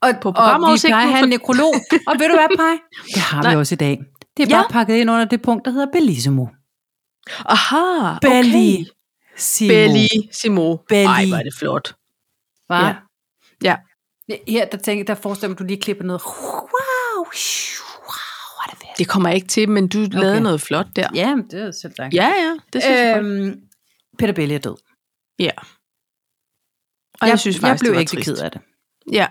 Speaker 2: på
Speaker 1: og vi
Speaker 2: programoversigten
Speaker 1: plejer at have en
Speaker 2: for-
Speaker 1: nekrolog. og ved du hvad, Paj? Det har Nej. vi
Speaker 2: Nej.
Speaker 1: også i dag. Det er
Speaker 2: Ja.
Speaker 1: bare pakket ind under det punkt, der hedder Bellissimo.
Speaker 2: Aha,
Speaker 1: Belli.
Speaker 2: okay.
Speaker 1: Simo.
Speaker 2: Belli Simo.
Speaker 1: Belli.
Speaker 2: Ej, hvor er det flot.
Speaker 1: Var?
Speaker 2: Ja. Ja.
Speaker 1: Her, der tænker der forestiller mig, du lige klipper noget. Wow, wow, er det fedt.
Speaker 2: Det kommer jeg ikke til, men du okay. lavede noget flot der. Øh,
Speaker 1: Ja, men det er selv tak.
Speaker 2: Ja, ja, det synes jeg godt.
Speaker 1: øhm, Peter Belli er død.
Speaker 2: Ja. Og jeg, jeg synes faktisk,
Speaker 1: jeg blev
Speaker 2: det var
Speaker 1: ikke
Speaker 2: trist.
Speaker 1: ked af det.
Speaker 2: Ja.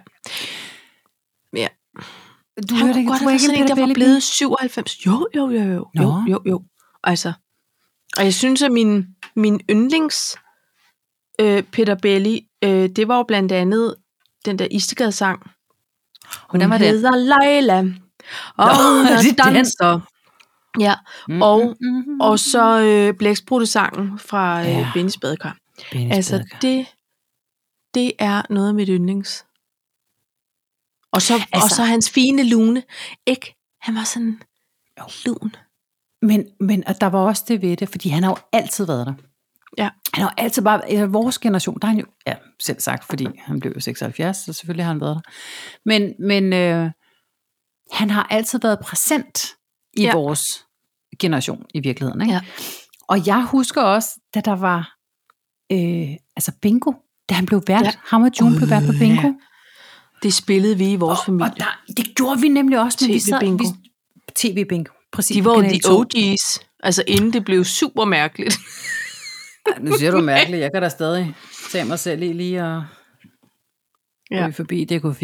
Speaker 1: Du
Speaker 2: Han
Speaker 1: hørte
Speaker 2: kunne
Speaker 1: ikke,
Speaker 2: godt
Speaker 1: du
Speaker 2: have
Speaker 1: var
Speaker 2: været
Speaker 1: ikke
Speaker 2: sådan
Speaker 1: en
Speaker 2: en, der
Speaker 1: Peter
Speaker 2: var
Speaker 1: Belli.
Speaker 2: blevet 97. Jo, jo, jo, jo.
Speaker 1: Nå.
Speaker 2: Jo, jo, jo. Altså. Og jeg synes, at min, min yndlings øh, Peter Belli, øh, det var jo blandt andet den der Istegade-sang. Hun
Speaker 1: Hvordan var det?
Speaker 2: hedder Leila. Og
Speaker 1: Nå,
Speaker 2: hun
Speaker 1: det er
Speaker 2: er
Speaker 1: den.
Speaker 2: danser. Ja,
Speaker 1: Mm,
Speaker 2: og,
Speaker 1: mm, mm,
Speaker 2: og så øh, blæksprutte-sangen fra øh,
Speaker 1: Ja.
Speaker 2: ja. Benny's Badekar.
Speaker 1: Benny
Speaker 2: Altså,
Speaker 1: Stedker.
Speaker 2: det, det er noget af mit yndlings. Og så, altså, og
Speaker 1: Altså-
Speaker 2: så hans fine lune. Ikke? Han var sådan
Speaker 1: Jo.
Speaker 2: lun.
Speaker 1: Men, men og der var også det ved det, fordi han har jo altid været der.
Speaker 2: Ja.
Speaker 1: Han har jo altid bare, ja, vores generation, der er han jo, ja, selv sagt, fordi han blev jo 76, så selvfølgelig har han været der. Men, men øh, han har altid været præsent i ja.
Speaker 2: Ja.
Speaker 1: vores generation i virkeligheden. Ikke?
Speaker 2: Ja.
Speaker 1: Og jeg husker også, da der var, øh, altså bingo, da han blev vært, ja.
Speaker 2: Ja.
Speaker 1: ham og June blev vært på
Speaker 2: Øh,
Speaker 1: bingo.
Speaker 2: ja. Det spillede vi i vores
Speaker 1: Og,
Speaker 2: familie.
Speaker 1: og der, det gjorde vi nemlig også, men vi sad...
Speaker 2: TV-bingo.
Speaker 1: vi- TV-bingo, præcis.
Speaker 2: de var jo
Speaker 1: Kanal
Speaker 2: de
Speaker 1: 2.
Speaker 2: OG's. Altså inden det blev super mærkeligt.
Speaker 1: Ej, Nu siger du mærkeligt. Jeg kan da stadig tage mig selv i lige og ja.
Speaker 2: Ja.
Speaker 1: ryge forbi DK4.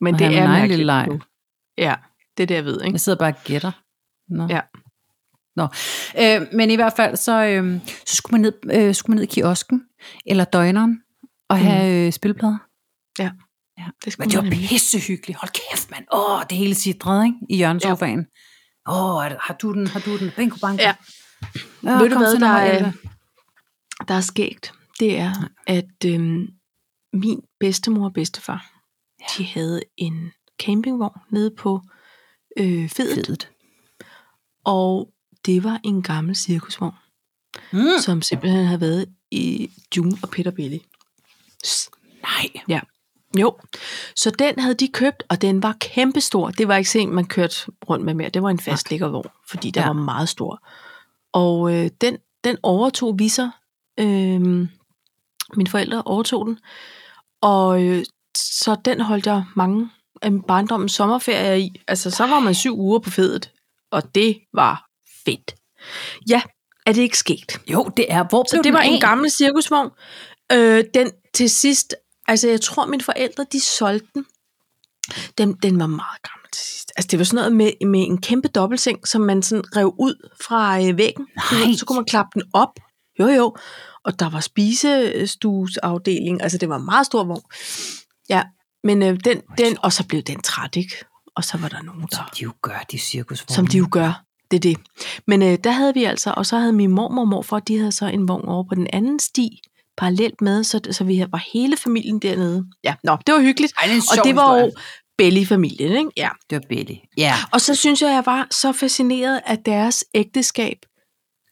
Speaker 2: Men
Speaker 1: Og
Speaker 2: det
Speaker 1: have min
Speaker 2: er
Speaker 1: egen
Speaker 2: mærkeligt
Speaker 1: lille leg.
Speaker 2: nu. Ja, det er det, jeg ved. Ikke?
Speaker 1: Jeg sidder bare og gætter. Nå.
Speaker 2: Ja.
Speaker 1: Nå. Øh, men i hvert fald, så, øh, så skulle, man ned, øh, skulle man ned i kiosken, eller døgneren, og
Speaker 2: Mm.
Speaker 1: have øh, spilplader.
Speaker 2: Det
Speaker 1: Men det var
Speaker 2: man nemlig.
Speaker 1: pissehyggeligt. Hold kæft, mand. Åh, det hele sidrede, ikke? I hjørnesofaen. Ja. Åh, er det- har du den? Har du den? Bingo banko.
Speaker 2: Ja.
Speaker 1: Åh,
Speaker 2: Ved du
Speaker 1: kom
Speaker 2: hvad,
Speaker 1: til
Speaker 2: der
Speaker 1: nummer
Speaker 2: er-
Speaker 1: 11.
Speaker 2: der er skægt, det er, at øhm, min bedstemor og bedstefar, ja. de havde en campingvogn nede på øh, fedet,
Speaker 1: Fedt.
Speaker 2: og det var en gammel cirkusvogn,
Speaker 1: Mm.
Speaker 2: som simpelthen havde været i June og Peter Billy.
Speaker 1: Nej.
Speaker 2: Jo, så den havde de købt, og den var kæmpestor. Det var ikke sådan, en, man kørte rundt med mere. Det var en fastlæggervogn, fordi den
Speaker 1: Ja.
Speaker 2: ja. var meget stor. Og øh, den, den overtog vi så. Øh, mine forældre overtog den. Og øh, så den holdt jeg mange af min barndommens sommerferier i. Altså, så var man syv uger på fedet, og det var fedt. Ja, er det ikke sket?
Speaker 1: Jo, det er. Hvor
Speaker 2: Så
Speaker 1: blev
Speaker 2: det
Speaker 1: den
Speaker 2: var en
Speaker 1: af?
Speaker 2: gammel cirkusvogn. Øh, den til sidst, altså jeg tror mine forældre, de solgte den. Den, den var meget gammel til sidst. Altså det var sådan noget med, med en kæmpe dobbeltseng, som man sådan rev ud fra øh, væggen.
Speaker 1: Nej.
Speaker 2: Så kunne man klappe den op. Jo jo. Og der var spisestueafdeling. Altså det var en meget stor vogn. Ja, men øh, den, den, og så blev den træt, ikke? Og så var der nogen, der
Speaker 1: Som de jo gør, de cirkusvogne.
Speaker 2: som de jo gør. Det er det. Men øh, der havde vi altså, og så havde min mormor og morfar, de havde så en vogn over på den anden sti, parallelt med, så, så vi var hele familien dernede. Ja, nå, det var hyggeligt.
Speaker 1: Ej, det er en sjov
Speaker 2: Og det var
Speaker 1: historie.
Speaker 2: jo Belly-familien, ikke? Ja.
Speaker 1: Det var Betty. Ja.
Speaker 2: Og så synes jeg, jeg var så fascineret af deres ægteskab,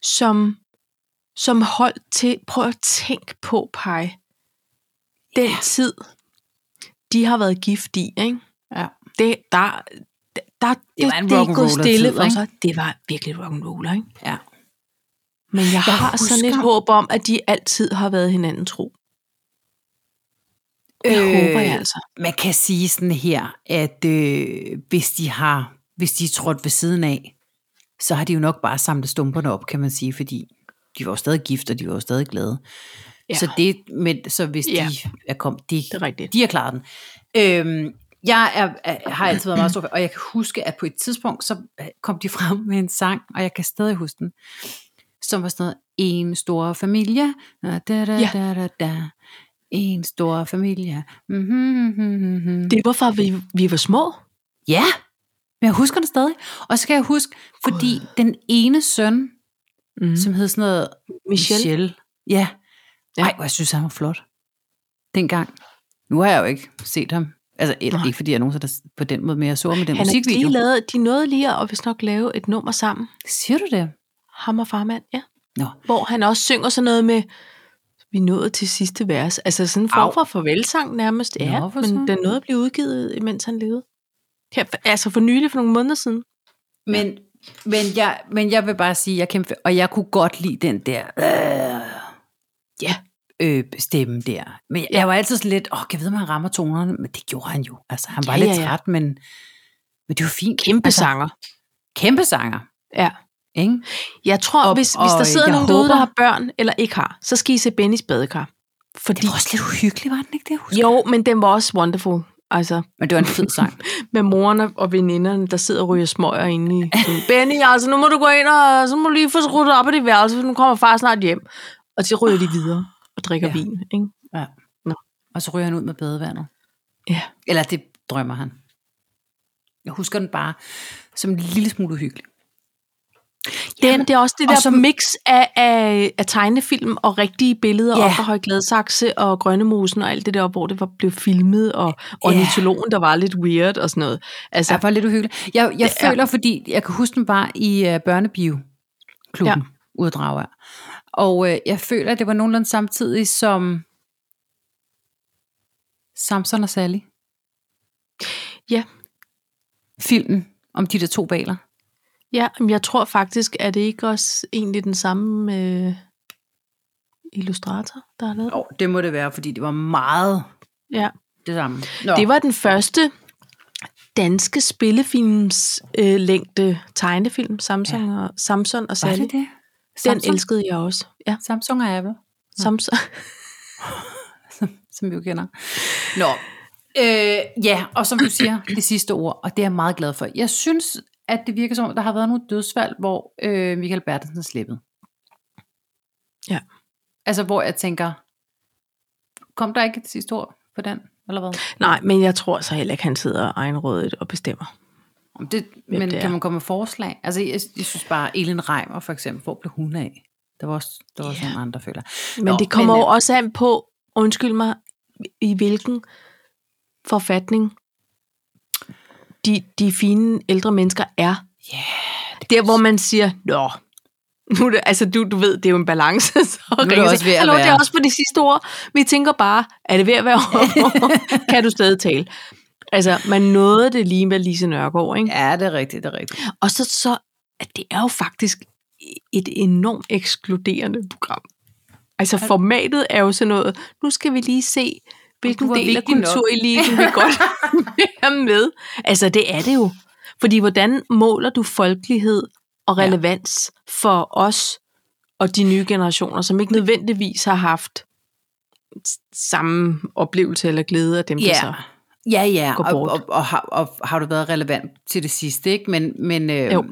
Speaker 2: som, som holdt til, prøv at tænke på, Pai, den tid, de har været gift i, ikke?
Speaker 1: ja.
Speaker 2: det, der, der, det,
Speaker 1: var en
Speaker 2: det, det er gået
Speaker 1: rock'n'roller-tid,
Speaker 2: stille for
Speaker 1: ikke?
Speaker 2: sig. Det var virkelig rock'n'roller, ikke?
Speaker 1: ja.
Speaker 2: Men jeg, jeg har
Speaker 1: husker-
Speaker 2: sådan et håb om, at de altid har været hinanden tro. Det øh, håber jeg altså.
Speaker 1: Man kan sige sådan her, at øh, hvis de har, hvis de er trådt ved siden af, så har de jo nok bare samlet stumperne op, kan man sige, fordi de var jo stadig gift, og de var jo stadig glade. Ja.
Speaker 2: Ja.
Speaker 1: Så, det, men, så hvis ja.
Speaker 2: Ja.
Speaker 1: de er kommet, de,
Speaker 2: Det er rigtigt.
Speaker 1: de har klaret den. Øhm, jeg er, er, har altid været meget stor fan, og jeg kan huske, at på et tidspunkt, så øh, kom de frem med en sang, og jeg kan stadig huske den, som var sådan noget, en stor familie, da, da, da,
Speaker 2: Ja.
Speaker 1: da, da, da. En stor familie. Mm-hmm, mm-hmm, mm-hmm.
Speaker 2: Det var fra, vi, vi var små.
Speaker 1: Ja, men jeg husker det stadig. Og så kan jeg huske, fordi den ene søn,
Speaker 2: Mm.
Speaker 1: som hed sådan noget
Speaker 2: Michel.
Speaker 1: Michel. Ja.
Speaker 2: Ja.
Speaker 1: Ej, hvor jeg synes, han var flot. Dengang. Nu har jeg jo ikke set ham. Altså, et,
Speaker 2: Nej.
Speaker 1: ikke fordi jeg nogensinde har- på den måde, men jeg så ham i den
Speaker 2: Han er
Speaker 1: musikvideo.
Speaker 2: lige lavet, de nåede lige at vist nok lave et nummer sammen.
Speaker 1: Siger du det?
Speaker 2: Ham og farmand, ja.
Speaker 1: Nå.
Speaker 2: Hvor han også synger sådan noget med, vi nåede til sidste vers. Altså sådan en form
Speaker 1: Au.
Speaker 2: for farvelsang nærmest. Ja,
Speaker 1: Nå, for
Speaker 2: men
Speaker 1: søren.
Speaker 2: den nåede at blive udgivet, imens han levede. Her, altså for nylig, for nogle måneder siden.
Speaker 1: Men, men, jeg, men jeg vil bare sige, jeg kæmpe, og jeg kunne godt lide den der øh,
Speaker 2: Ja.
Speaker 1: øh, stemme der. Men jeg, jeg var altid sådan lidt, åh, kan jeg vide, om han rammer tonerne? Men det gjorde han jo. Altså, han var
Speaker 2: Ja,
Speaker 1: lidt
Speaker 2: ja, ja.
Speaker 1: træt, men, men det var fint.
Speaker 2: Kæmpe altså,
Speaker 1: altså,
Speaker 2: sanger.
Speaker 1: Kæmpe sanger,
Speaker 2: Ja.
Speaker 1: ikke?
Speaker 2: Jeg tror,
Speaker 1: Og-
Speaker 2: og, hvis, og, hvis
Speaker 1: og
Speaker 2: der sidder
Speaker 1: jeg
Speaker 2: nogen håber, derude, der
Speaker 1: håber-
Speaker 2: har børn eller ikke har, så skal I se Bennys badekar. Fordi,
Speaker 1: Det var også lidt uhyggeligt, var den ikke det, jeg husker?
Speaker 2: jo, men den var også wonderful. Altså,
Speaker 1: Men det var en fed sang.
Speaker 2: med moren og- og veninderne, der sidder og ryger smøger inde i. sådan, Benny, altså nu må du gå ind, og så må du lige få ryddet op i det værelse, for nu kommer far snart hjem. Og så ryger de videre og drikker
Speaker 1: Ja.
Speaker 2: ja. vin. Ikke?
Speaker 1: Ja.
Speaker 2: Nå.
Speaker 1: Og så ryger han ud med badevandet.
Speaker 2: Ja.
Speaker 1: Eller det drømmer han. Jeg husker den bare som en lille smule uhyggelig.
Speaker 2: Den, det er også det
Speaker 1: og
Speaker 2: der
Speaker 1: som-
Speaker 2: som, mix af, af, af tegnefilm og rigtige billeder
Speaker 1: Ja.
Speaker 2: yeah. op fra Højgladsaxe og Grønnemosen og alt det der, hvor det var, blev filmet, og ornitologen, yeah. der var lidt weird og sådan noget. Altså,
Speaker 1: Jeg var lidt uhyggelig. Jeg, jeg
Speaker 2: er-
Speaker 1: føler, fordi jeg kan huske, den var i uh, børnebio-klubben ja.
Speaker 2: Ja.
Speaker 1: uddrag af. Og uh, jeg føler, at det var nogenlunde samtidig som Samson og Sally.
Speaker 2: Ja.
Speaker 1: Filmen om de der to baler.
Speaker 2: Ja, men jeg tror faktisk, at det ikke også egentlig den samme øh, illustrator, der har lavet
Speaker 1: Jo, det må det være, fordi det var meget
Speaker 2: Ja.
Speaker 1: det samme. Nå.
Speaker 2: Det var den første danske spillefilms øh, længde tegnefilm, Samsung, ja. og, Samson og
Speaker 1: var
Speaker 2: Sally.
Speaker 1: det det?
Speaker 2: Den
Speaker 1: Samsung?
Speaker 2: elskede jeg også. Ja,
Speaker 1: Samsung og Apple,
Speaker 2: Samsung.
Speaker 1: som, som vi jo kender. Nå, øh, ja, og som du siger, det sidste ord, og det er jeg meget glad for. Jeg synes, at det virker som om, der har været nogle dødsfald, hvor øh, Michael Bertelsen er slippet.
Speaker 2: Ja.
Speaker 1: Altså, hvor jeg tænker, kom der ikke et sidste ord på den, eller hvad?
Speaker 2: Nej, men jeg tror så heller ikke, han sidder egenrådigt og bestemmer.
Speaker 1: Om det,
Speaker 2: Hvem
Speaker 1: men
Speaker 2: det
Speaker 1: det
Speaker 2: er.
Speaker 1: kan man komme med forslag? Altså, jeg, jeg synes bare, Elin Reimer for eksempel, hvor blev hun af? Der var også, der var også
Speaker 2: Ja.
Speaker 1: nogle andre, der føler.
Speaker 2: Men
Speaker 1: Nå,
Speaker 2: Nå, det kommer
Speaker 1: men,
Speaker 2: men, jo
Speaker 1: øh,
Speaker 2: også an på, undskyld mig, i hvilken forfatning de, de fine ældre mennesker er.
Speaker 1: Ja,
Speaker 2: det der, hvor man siger, nå, nu er det, altså du, du ved, det er jo en balance. Så nu
Speaker 1: det også ved at
Speaker 2: Hallo, det er
Speaker 1: være."
Speaker 2: også på de sidste ord. Vi tænker bare, er det ved at være over? kan du stadig tale? Altså, man nåede det lige med Lise Nørgaard, ikke?
Speaker 1: Ja, det er rigtigt, det er rigtigt.
Speaker 2: Og så, så at det er jo faktisk et enormt ekskluderende program. Altså formatet er jo sådan noget, nu skal vi lige se, hvilken
Speaker 1: var
Speaker 2: del af
Speaker 1: vigtig nok.
Speaker 2: kultureliten vi godt er med. Altså det er det jo. Fordi hvordan måler du folkelighed og
Speaker 1: Ja.
Speaker 2: relevans ja. for os og de nye generationer, som ikke nødvendigvis har haft s- samme oplevelse eller glæde af dem, der så...
Speaker 1: Ja, ja,
Speaker 2: går
Speaker 1: og,
Speaker 2: bort.
Speaker 1: og, og, har, og har du været relevant til det sidste, ikke? Men, men øh,
Speaker 2: Jo.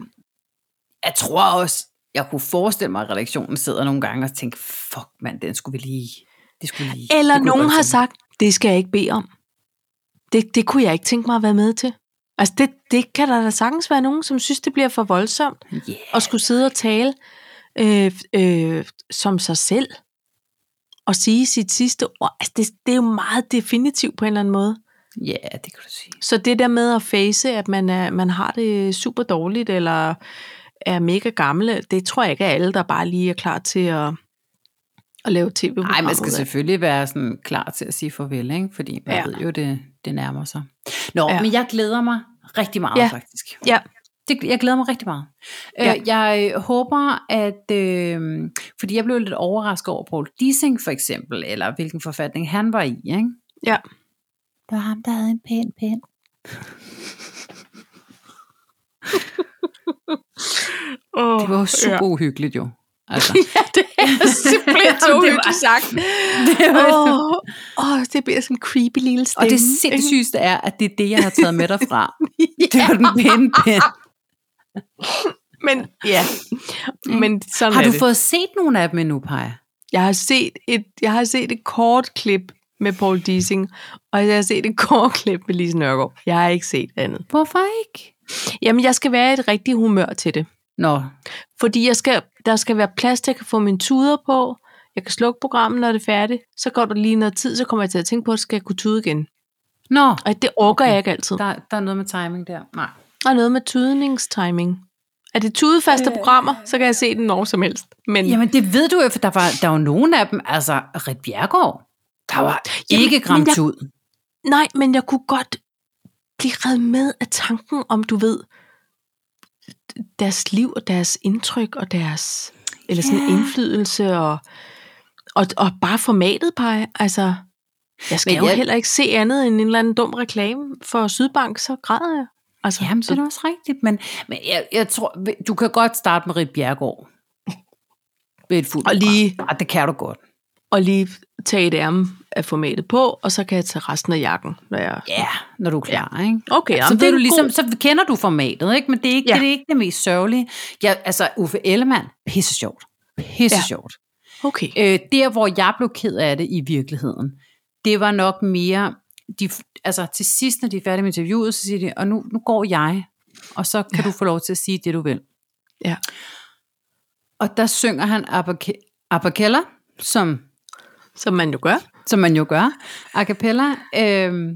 Speaker 1: jeg tror også, jeg kunne forestille mig, at redaktionen sidder nogle gange og tænker, fuck mand, den skulle vi lige... Det skulle vi lige
Speaker 2: Eller
Speaker 1: det kunne
Speaker 2: nogen
Speaker 1: jeg godt
Speaker 2: har
Speaker 1: tænke
Speaker 2: sagt, det skal jeg ikke bede om. Det, det kunne jeg ikke tænke mig at være med til. Altså, det, det kan der da sagtens være nogen, som synes, det bliver for voldsomt
Speaker 1: mig." Ja,
Speaker 2: at skulle sidde og tale øh, øh, som sig selv og sige sit sidste ord. Altså, det, det er jo meget definitivt på en eller anden måde.
Speaker 1: ja, det kan du sige.
Speaker 2: Så det der med at face, at man, er, man har det super dårligt, eller er mega gamle, det tror jeg ikke er alle, der bare lige er klar til at, at lave tv
Speaker 1: Nej, man skal selvfølgelig være sådan klar til at sige farvel, ikke? fordi man ja.
Speaker 2: Ja.
Speaker 1: ved jo, det, det nærmer sig. Nå, ja.
Speaker 2: Ja.
Speaker 1: men jeg glæder mig rigtig meget ja.
Speaker 2: Ja.
Speaker 1: faktisk.
Speaker 2: Ja.
Speaker 1: Det, jeg glæder mig rigtig meget. Ja.
Speaker 2: Ja.
Speaker 1: Øh, jeg håber, at... Øh, fordi jeg blev lidt overrasket over Paul Dissing for eksempel, eller hvilken forfatning han var i, ikke?
Speaker 2: Ja.
Speaker 1: Det var ham, der havde en pæn pen.
Speaker 2: Oh,
Speaker 1: Det var jo super ja. uhyggeligt jo. Altså,
Speaker 2: Ja, det er simpelthen
Speaker 1: Jamen, det
Speaker 2: så
Speaker 1: var-
Speaker 2: uhyggeligt sagt.
Speaker 1: det
Speaker 2: Åh, oh, det bliver sådan en creepy lille
Speaker 1: og
Speaker 2: stemme.
Speaker 1: det
Speaker 2: ikke?
Speaker 1: sindssygeste er, at det er det, jeg har taget med dig fra. Det var den pæne pen.
Speaker 2: Men, Mm. ja. Men sådan
Speaker 1: Har
Speaker 2: er
Speaker 1: du
Speaker 2: det.
Speaker 1: fået set nogle af dem endnu, Paj?
Speaker 2: Jeg har set et, jeg har set et kort klip med Paul Dissing, og jeg har set et kort klip med Lise Nørgaard. Jeg har ikke set andet.
Speaker 1: Hvorfor ikke?
Speaker 2: Jamen, jeg skal være i et rigtigt humør til det.
Speaker 1: Nå,
Speaker 2: Fordi jeg skal, der skal være plads til, at jeg kan få mine tuder på. Jeg kan slukke programmet, når det er færdigt. Så går der lige noget tid, så kommer jeg til at tænke på, at skal jeg kunne tude igen.
Speaker 1: Nå
Speaker 2: Og det orker okay. jeg ikke altid.
Speaker 1: der, der er noget med timing der. Nej.
Speaker 2: Der er noget med tudningstiming. Er det tudefaste
Speaker 1: Øh.
Speaker 2: programmer, så kan jeg se den når som helst. Men
Speaker 1: Jamen, det ved du jo, for der var, der var nogen af dem, altså Rit Bjergård, der var
Speaker 2: Jamen,
Speaker 1: Jamen, ikke
Speaker 2: men
Speaker 1: gramt
Speaker 2: jeg-
Speaker 1: ud.
Speaker 2: Nej, men jeg kunne godt blive reddet med af tanken om, du ved, deres liv og deres indtryk og deres eller sådan
Speaker 1: Ja.
Speaker 2: yeah. indflydelse og, og, og bare formatet på, altså jeg skal
Speaker 1: Men
Speaker 2: jo
Speaker 1: jeg-
Speaker 2: heller ikke se andet end en eller anden dum reklame for Sydbank, så græder jeg. Altså,
Speaker 1: Jamen, det er
Speaker 2: så,
Speaker 1: da også rigtigt, men, men jeg, jeg tror, du kan godt starte med Rit Bjergård. Ved et fuldt
Speaker 2: og, lige,
Speaker 1: program. Ja, Ah, det kan du godt.
Speaker 2: og lige tage et ærme af formatet på, og så kan jeg tage resten af jakken, når jeg...
Speaker 1: Ja, når du er klar, ikke?
Speaker 2: Okay,
Speaker 1: Ja, så,
Speaker 2: jamen, det er
Speaker 1: ved du
Speaker 2: en
Speaker 1: ligesom,
Speaker 2: god-
Speaker 1: så kender du formatet, ikke? Men det er ikke,
Speaker 2: Ja.
Speaker 1: ja. det, er ikke det mest sørgelige. Ja, altså, Uffe Ellemann, pisse sjovt. Pisse
Speaker 2: Ja.
Speaker 1: sjovt.
Speaker 2: Okay.
Speaker 1: Øh, der, hvor jeg blev ked af det i virkeligheden, det var nok mere, de, altså til sidst, når de er færdige med interviewet, så siger de, og nu, nu går jeg, og så kan
Speaker 2: Ja.
Speaker 1: ja. du få lov til at sige det, du vil.
Speaker 2: Ja.
Speaker 1: Og der synger han Abake- Abakella, som,
Speaker 2: Som man jo gør.
Speaker 1: som man jo gør, a cappella, øh,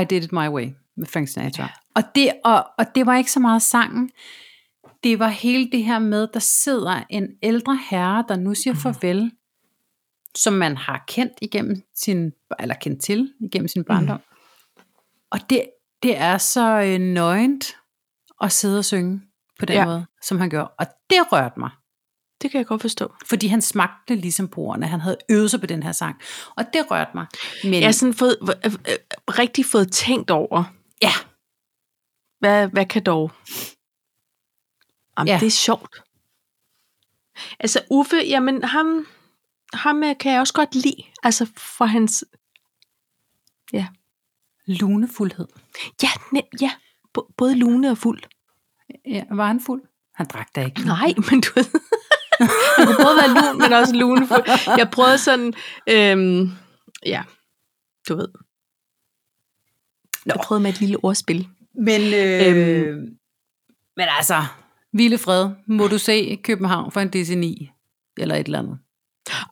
Speaker 1: I Did It My Way med Frank Sinatra. Og det, og, og det var ikke så meget sangen, det var hele det her med, der sidder en ældre herre, der nu
Speaker 2: Mhm.
Speaker 1: siger farvel, som man har kendt igennem sin, eller kendt til igennem sin barndom.
Speaker 2: Mhm.
Speaker 1: Og det, det er så øh, nøgent at sidde og synge på den
Speaker 2: Ja.
Speaker 1: ja. måde, som han gjorde. Og det rørte mig,
Speaker 2: Det kan jeg godt forstå.
Speaker 1: fordi han smagte ligesom på ordene. Han havde øvet sig på den her sang, og det rørte mig. Men,
Speaker 2: Jeg har sådan fået, øh, øh, rigtig fået tænkt over,
Speaker 1: ja,
Speaker 2: hvad, hvad kan dog? Jamen, ja.
Speaker 1: Ja.
Speaker 2: det er sjovt. Altså Uffe, jamen ham, ham øh, kan jeg også godt lide. Altså for hans...
Speaker 1: lunefuldhed.
Speaker 2: Ja, ne, ja bo- både lune og fuld.
Speaker 1: Ja, var han fuld? Han drak da ikke.
Speaker 2: Nej, men du ved... Han kunne både være lun, men også lunefuld. Jeg prøvede sådan... Øhm, ja, du ved. Jeg prøvede med et lille ordspil.
Speaker 1: Men, øh, men altså, Ville Fred, må du se København for en DC9? Eller et eller andet.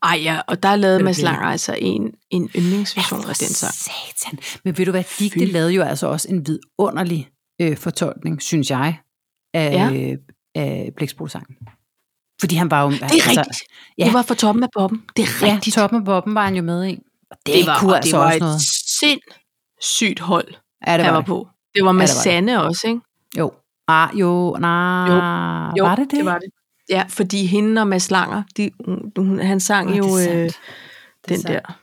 Speaker 2: Ej ja, og der lavede
Speaker 1: det
Speaker 2: Mads
Speaker 1: bliver-
Speaker 2: Langer altså en, en yndlingsversion af den sang.
Speaker 1: satan. Men ved du hvad, Digte
Speaker 2: Fy.
Speaker 1: lavede jo altså også en vidunderlig øh, fortolkning, synes jeg, af,
Speaker 2: Ja.
Speaker 1: ja. øh, af Blækspol-sangen. Fordi han var jo...
Speaker 2: Det er rigtigt. Altså, Ja.
Speaker 1: ja.
Speaker 2: Det var fra toppen af poppen. Det er
Speaker 1: Ja,
Speaker 2: rigtigt.
Speaker 1: toppen af boppen var han jo med i. Og det, det
Speaker 2: var,
Speaker 1: kunne
Speaker 2: og
Speaker 1: altså
Speaker 2: det var
Speaker 1: også noget.
Speaker 2: et sindssygt hold,
Speaker 1: Ja, det
Speaker 2: han
Speaker 1: var,
Speaker 2: var
Speaker 1: det.
Speaker 2: på. Det var med
Speaker 1: Ja,
Speaker 2: ja,
Speaker 1: det var det.
Speaker 2: Sanne også, ikke?
Speaker 1: Jo. Ah, jo, nej.
Speaker 2: Jo.
Speaker 1: jo. Var det det?
Speaker 2: det, var det. Ja, fordi hende og Mads Langer, de, hun- hun, han sang
Speaker 1: Ah,
Speaker 2: jo
Speaker 1: det er sandt.
Speaker 2: øh,
Speaker 1: Det er
Speaker 2: den
Speaker 1: sandt.
Speaker 2: der...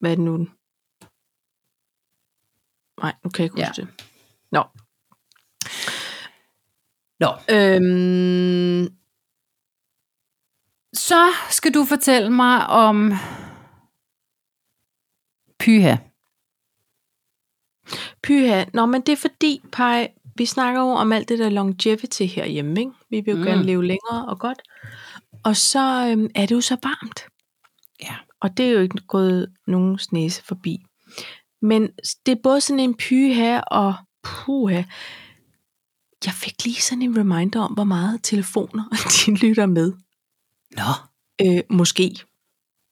Speaker 2: Hvad er det nu? Nej, nu kan jeg ikke
Speaker 1: Ja.
Speaker 2: huske ja. det. Nå.
Speaker 1: Nå,
Speaker 2: Øhm,
Speaker 1: så skal du fortælle mig om Pyha.
Speaker 2: pyha. Nå, men det er fordi, Paj, vi snakker jo om alt det der longevity herhjemme, ikke? Vi vil jo mm.
Speaker 1: Mm.
Speaker 2: gerne leve længere og godt. Og så øhm, er det jo så varmt.
Speaker 1: Ja.
Speaker 2: Og det er jo ikke gået nogens næse forbi. Men det er både sådan en pyha og puha. Jeg fik lige sådan en reminder om, hvor meget telefoner de lytter med.
Speaker 1: Nå.
Speaker 2: Øh, måske.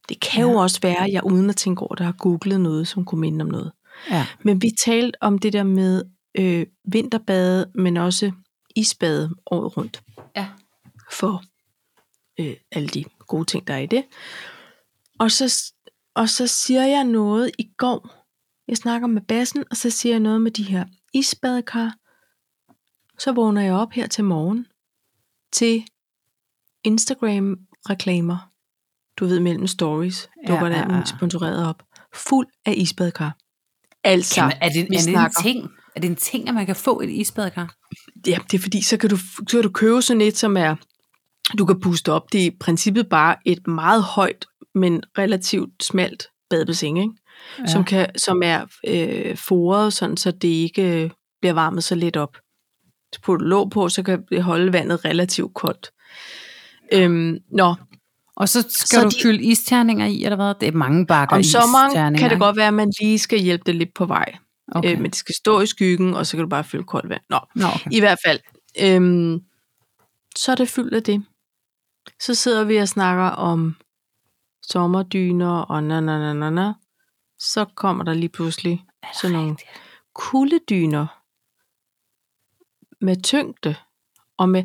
Speaker 2: Det kan ja. jo
Speaker 1: Ja.
Speaker 2: også være, at jeg uden at tænke over, der har googlet noget, som kunne minde om noget.
Speaker 1: Ja.
Speaker 2: Men vi talte om det der med øh, vinterbade, men også isbade året rundt
Speaker 1: Ja.
Speaker 2: for øh, alle de gode ting, der er i det. Og så, og så siger jeg noget i går. Jeg snakker med bassen, og så siger jeg noget med de her isbadekar. Så vågner jeg op her til morgen til Instagram-reklamer. Du ved, mellem stories dukker
Speaker 1: ja,
Speaker 2: der nogle
Speaker 1: ja.
Speaker 2: sponsoreret op. Fuld af isbadekar. Altså,
Speaker 1: Kan man, er, det,
Speaker 2: vi
Speaker 1: er det
Speaker 2: snakker.
Speaker 1: en ting? Er det en ting, at man kan få et isbadekar?
Speaker 2: Ja, det er fordi, så kan du, så kan du købe sådan et, som er, du kan puste op. Det er i princippet bare et meget højt, men relativt smalt badebassin, ikke? Ja. Som, kan, som er øh, foret, sådan, så det ikke øh, bliver varmet så lidt op. Så putter du låg på, så kan det holde vandet relativt koldt. Øhm, nå,
Speaker 1: Og så skal
Speaker 2: Så
Speaker 1: så du
Speaker 2: de-
Speaker 1: de... fylde isterninger i, eller hvad? Det er mange bakker
Speaker 2: Om sommeren
Speaker 1: isterninger.
Speaker 2: kan det
Speaker 1: ikke?
Speaker 2: godt være, at man lige skal hjælpe det lidt på vej. Okay.
Speaker 1: Okay.
Speaker 2: Øh, men de skal stå i skyggen, og så kan du bare fylde koldt vand. Nå,
Speaker 1: Nå, okay.
Speaker 2: i hvert fald. Øhm, så er det fyldt af det. Så sidder vi og snakker om sommerdyner og na na na na na. Så kommer der lige pludselig sådan nogle kuldedyner med tyngde. Og med,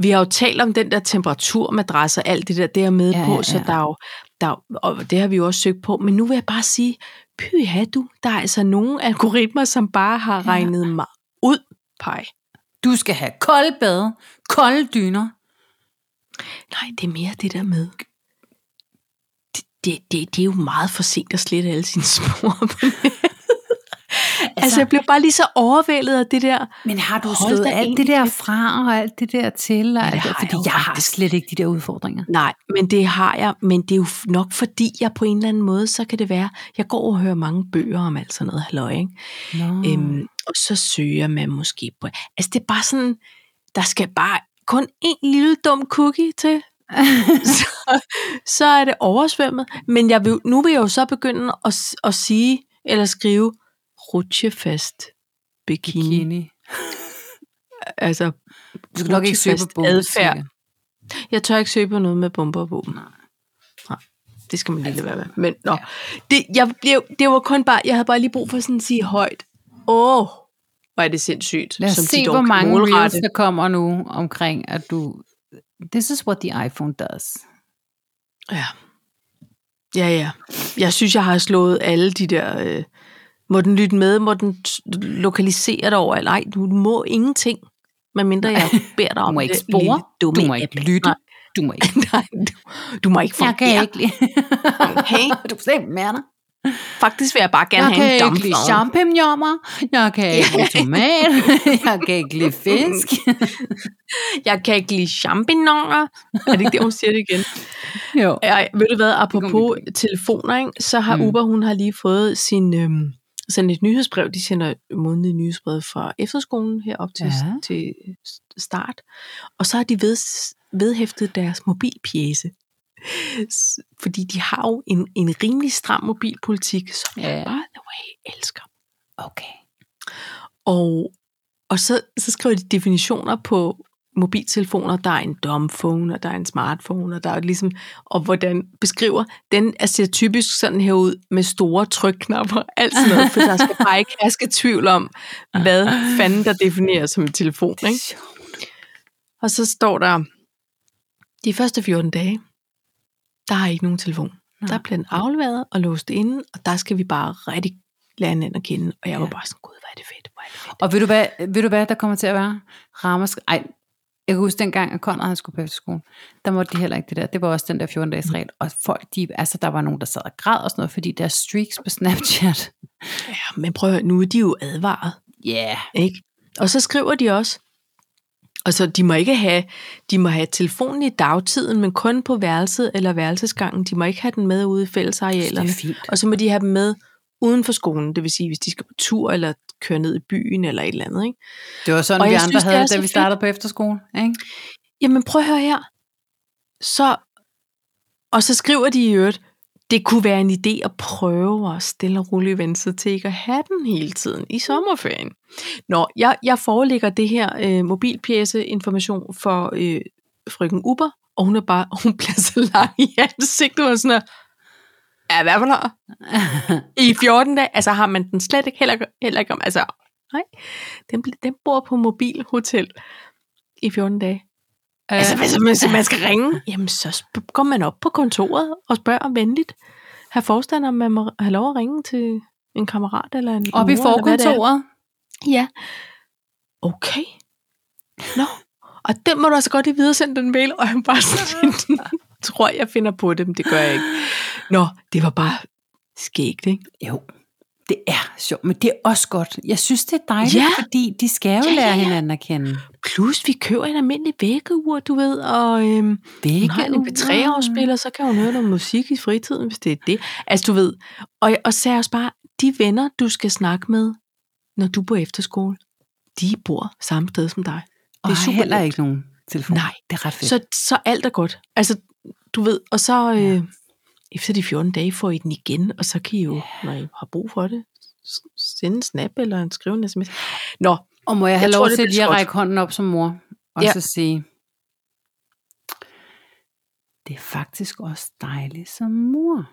Speaker 2: vi har jo talt om den der temperaturmadras og alt det der, det er med ja,
Speaker 1: Ja,
Speaker 2: på, ja,
Speaker 1: ja,
Speaker 2: ja. så
Speaker 1: ja.
Speaker 2: der er jo, der er, jo- og det har vi jo også søgt på. Men nu vil jeg bare sige, pyha du, der er altså nogle algoritmer, som bare har ja.
Speaker 1: Ja.
Speaker 2: regnet mig ud, pej.
Speaker 1: Du skal have kolde bade, kolde dyner.
Speaker 2: Nej, det er mere det der med. Det, det, det, det er jo meget for sent at slette alle sine spor. altså, altså, jeg blev bare lige så overvældet af det der.
Speaker 1: Men har du
Speaker 2: Hold
Speaker 1: slået
Speaker 2: da
Speaker 1: alt
Speaker 2: egentlig
Speaker 1: det der fra, og alt det der til? Og
Speaker 2: det
Speaker 1: alt
Speaker 2: har
Speaker 1: der,
Speaker 2: jeg
Speaker 1: fordi
Speaker 2: jo
Speaker 1: jeg har
Speaker 2: faktisk.
Speaker 1: slet ikke de der udfordringer.
Speaker 2: Nej, men det har jeg, men det er jo f- nok fordi, jeg på en eller anden måde, så kan det være, jeg går og hører mange bøger om alt sådan noget halløj, ikke?
Speaker 1: Nå.
Speaker 2: Mm. Øhm, og så søger man måske på, altså det er bare sådan, der skal bare kun en lille dum cookie til, så, så er det oversvømmet. Men jeg vil, nu vil jeg jo så begynde at, s- at sige, eller skrive, rutsjefast bikini. bikini.
Speaker 1: Bikini.
Speaker 2: Altså,
Speaker 1: Du skal nok ikke søge på
Speaker 2: rutsjefast
Speaker 1: bogen.
Speaker 2: adfærd.
Speaker 1: sikkert.
Speaker 2: Jeg tør ikke søge på noget med bomber og våben.
Speaker 1: Nej. Altså,
Speaker 2: Nej. Det skal man lige lade være med. Men nå.
Speaker 1: Ja.
Speaker 2: Det, jeg blev, det var kun bare, jeg havde bare lige brug for sådan at sige højt. Åh, oh, hvor er det sindssygt.
Speaker 1: Lad os
Speaker 2: de
Speaker 1: se,
Speaker 2: dog
Speaker 1: hvor
Speaker 2: kan
Speaker 1: mange
Speaker 2: målrette.
Speaker 1: reels, der kommer nu omkring, at du... This is what the iPhone does.
Speaker 2: Ja. Ja, ja. Jeg synes, jeg har slået alle de der... Øh, må den lytte med? Må den t- lokalisere dig over? Nej, du må ingenting. Medmindre jeg beder dig
Speaker 1: Du
Speaker 2: om
Speaker 1: må ikke
Speaker 2: det, lille
Speaker 1: spore,
Speaker 2: dumme
Speaker 1: du må ikke
Speaker 2: æble.
Speaker 1: lytte,
Speaker 2: Nej,
Speaker 1: du må ikke...
Speaker 2: nej, du, du må ikke
Speaker 1: Jeg kan
Speaker 2: fungere.
Speaker 1: ikke lide...
Speaker 2: Okay.
Speaker 1: Du kan slet ikke mere dig.
Speaker 2: Faktisk vil jeg bare gerne
Speaker 1: Jeg
Speaker 2: have
Speaker 1: kan
Speaker 2: en
Speaker 1: ikke lide
Speaker 2: dampvogn.
Speaker 1: champignoner. Jeg kan ikke lide tomat. Jeg kan ikke lide fisk.
Speaker 2: Jeg kan ikke lide champignoner. Er det ikke det, hun siger det igen?
Speaker 1: Jo.
Speaker 2: Ej, ved du hvad,
Speaker 1: kommer
Speaker 2: apropos
Speaker 1: vi
Speaker 2: telefoner, ikke? så har
Speaker 1: Mm.
Speaker 2: Uber, hun har lige fået sin, øhm, sådan et nyhedsbrev. De sender et månedligt nyhedsbrev fra efterskolen her op til, ja.
Speaker 1: Ja.
Speaker 2: til start. Og så har de ved, vedhæftet deres mobilpjæse. S- Fordi de har jo en, en rimelig stram mobilpolitik, som ja.
Speaker 1: Ja.
Speaker 2: jeg by the way elsker.
Speaker 1: Okay.
Speaker 2: Og, og så, så skriver de definitioner på mobiltelefoner. Der er en domphone, og der er en smartphone, og der er ligesom, og hvordan beskriver, den er, ser typisk sådan her ud med store trykknapper, alt sådan noget, for der skal bare ikke herske tvivl om, hvad fanden der defineres som en telefon. Ikke? Og så står der, de første 14 dage, der er ikke nogen telefon.
Speaker 1: Nej.
Speaker 2: Der bliver den afleveret og låst inde, og der skal vi bare rigtig lære hinanden at kende. Og jeg var bare sådan, gud, hvor er det fedt, hvor er det fedt.
Speaker 1: Og ved du, hvad, ved du hvad der kommer til at være? Ramask... Ej, jeg kan huske dengang, at Conrad han skulle på efterskole, der måtte de heller ikke det der. Det var også den der 14-dages regel. Og folk, de, altså, der var nogen, der sad og græd og sådan noget, fordi deres streaks på Snapchat.
Speaker 2: Ja, men prøv at høre, nu er de jo advaret,
Speaker 1: Ja. Yeah.
Speaker 2: ikke? Og så skriver de også, og så de må ikke have, de må have telefonen i dagtiden, men kun på værelset eller værelsesgangen. De må ikke have den med ude i fællesarealerne.
Speaker 1: Det er fint.
Speaker 2: Og så må de have dem med uden for skolen, det vil sige, hvis de skal på tur eller køre ned i byen eller et eller andet, ikke?
Speaker 1: Det var sådan,
Speaker 2: Og
Speaker 1: og vi
Speaker 2: jeg
Speaker 1: andre
Speaker 2: synes, det
Speaker 1: havde,
Speaker 2: er
Speaker 1: det,
Speaker 2: så
Speaker 1: da vi startede på efterskole. Ikke?
Speaker 2: Jamen prøv at høre her. Så, og så skriver de i øvrigt, det kunne være en idé at prøve at stille og roligt vende sig til ikke at have den hele tiden i sommerferien. Nå, jeg, jeg forelægger det her øh, mobilpjæseinformation for øh, frøken Uber, og hun er bare, hun bliver så lang i ansigtet og sådan her. Ja, hvad for noget? I 14 dage, altså har man den slet ikke, heller, ikke- heller ikke om, altså nej, den, bl- den bor på mobilhotel i 14 dage. Altså,
Speaker 1: Øh,
Speaker 2: hvis man, så man skal ringe, jamen så sp- går man op på kontoret og spørger venligt. Her forstander, om man må have lov at ringe til en kammerat eller en
Speaker 1: Op
Speaker 2: mor,
Speaker 1: i
Speaker 2: eller hvad det er.
Speaker 1: forkontoret.
Speaker 2: Ja. Okay. Nå. Og den må du altså godt lige videresende den mail, og han bare sådan, tror jeg finder på det, men det gør jeg ikke. Nå, det var bare skægt, ikke?
Speaker 1: Jo, det er sjovt, men det er også godt. Jeg synes, det er dejligt,
Speaker 2: Ja.
Speaker 1: ja. fordi de skal jo
Speaker 2: Ja,
Speaker 1: ja,
Speaker 2: ja,
Speaker 1: lære
Speaker 2: ja.
Speaker 1: hinanden at kende.
Speaker 2: Plus, vi køber en almindelig vækkeur, du ved, og øhm,
Speaker 1: Begge
Speaker 2: hun har en
Speaker 1: uger.
Speaker 2: MP3-afspiller, så kan hun høre noget musik i fritiden, hvis det er det. Altså, du ved, og, og så er jeg også bare, de venner, du skal snakke med, når du er på efterskole, de bor samme sted som dig.
Speaker 1: Og
Speaker 2: Det er
Speaker 1: har
Speaker 2: super
Speaker 1: heller
Speaker 2: nemt.
Speaker 1: ikke nogen telefon.
Speaker 2: Nej.
Speaker 1: Det er ret fedt.
Speaker 2: Så, så alt er godt. Altså, du ved, og så øh, ja. efter de 14 dage får I den igen, og så kan I jo, ja. når I har brug for det, s- sende en snap eller en skrivende sms. Nå,
Speaker 1: Og må jeg have
Speaker 2: Jeg
Speaker 1: jeg lov
Speaker 2: tror, det
Speaker 1: tror, til
Speaker 2: bliver
Speaker 1: lige at
Speaker 2: småt.
Speaker 1: række hånden op som mor, og
Speaker 2: Ja.
Speaker 1: ja. så sige, det er faktisk også dejligt som mor.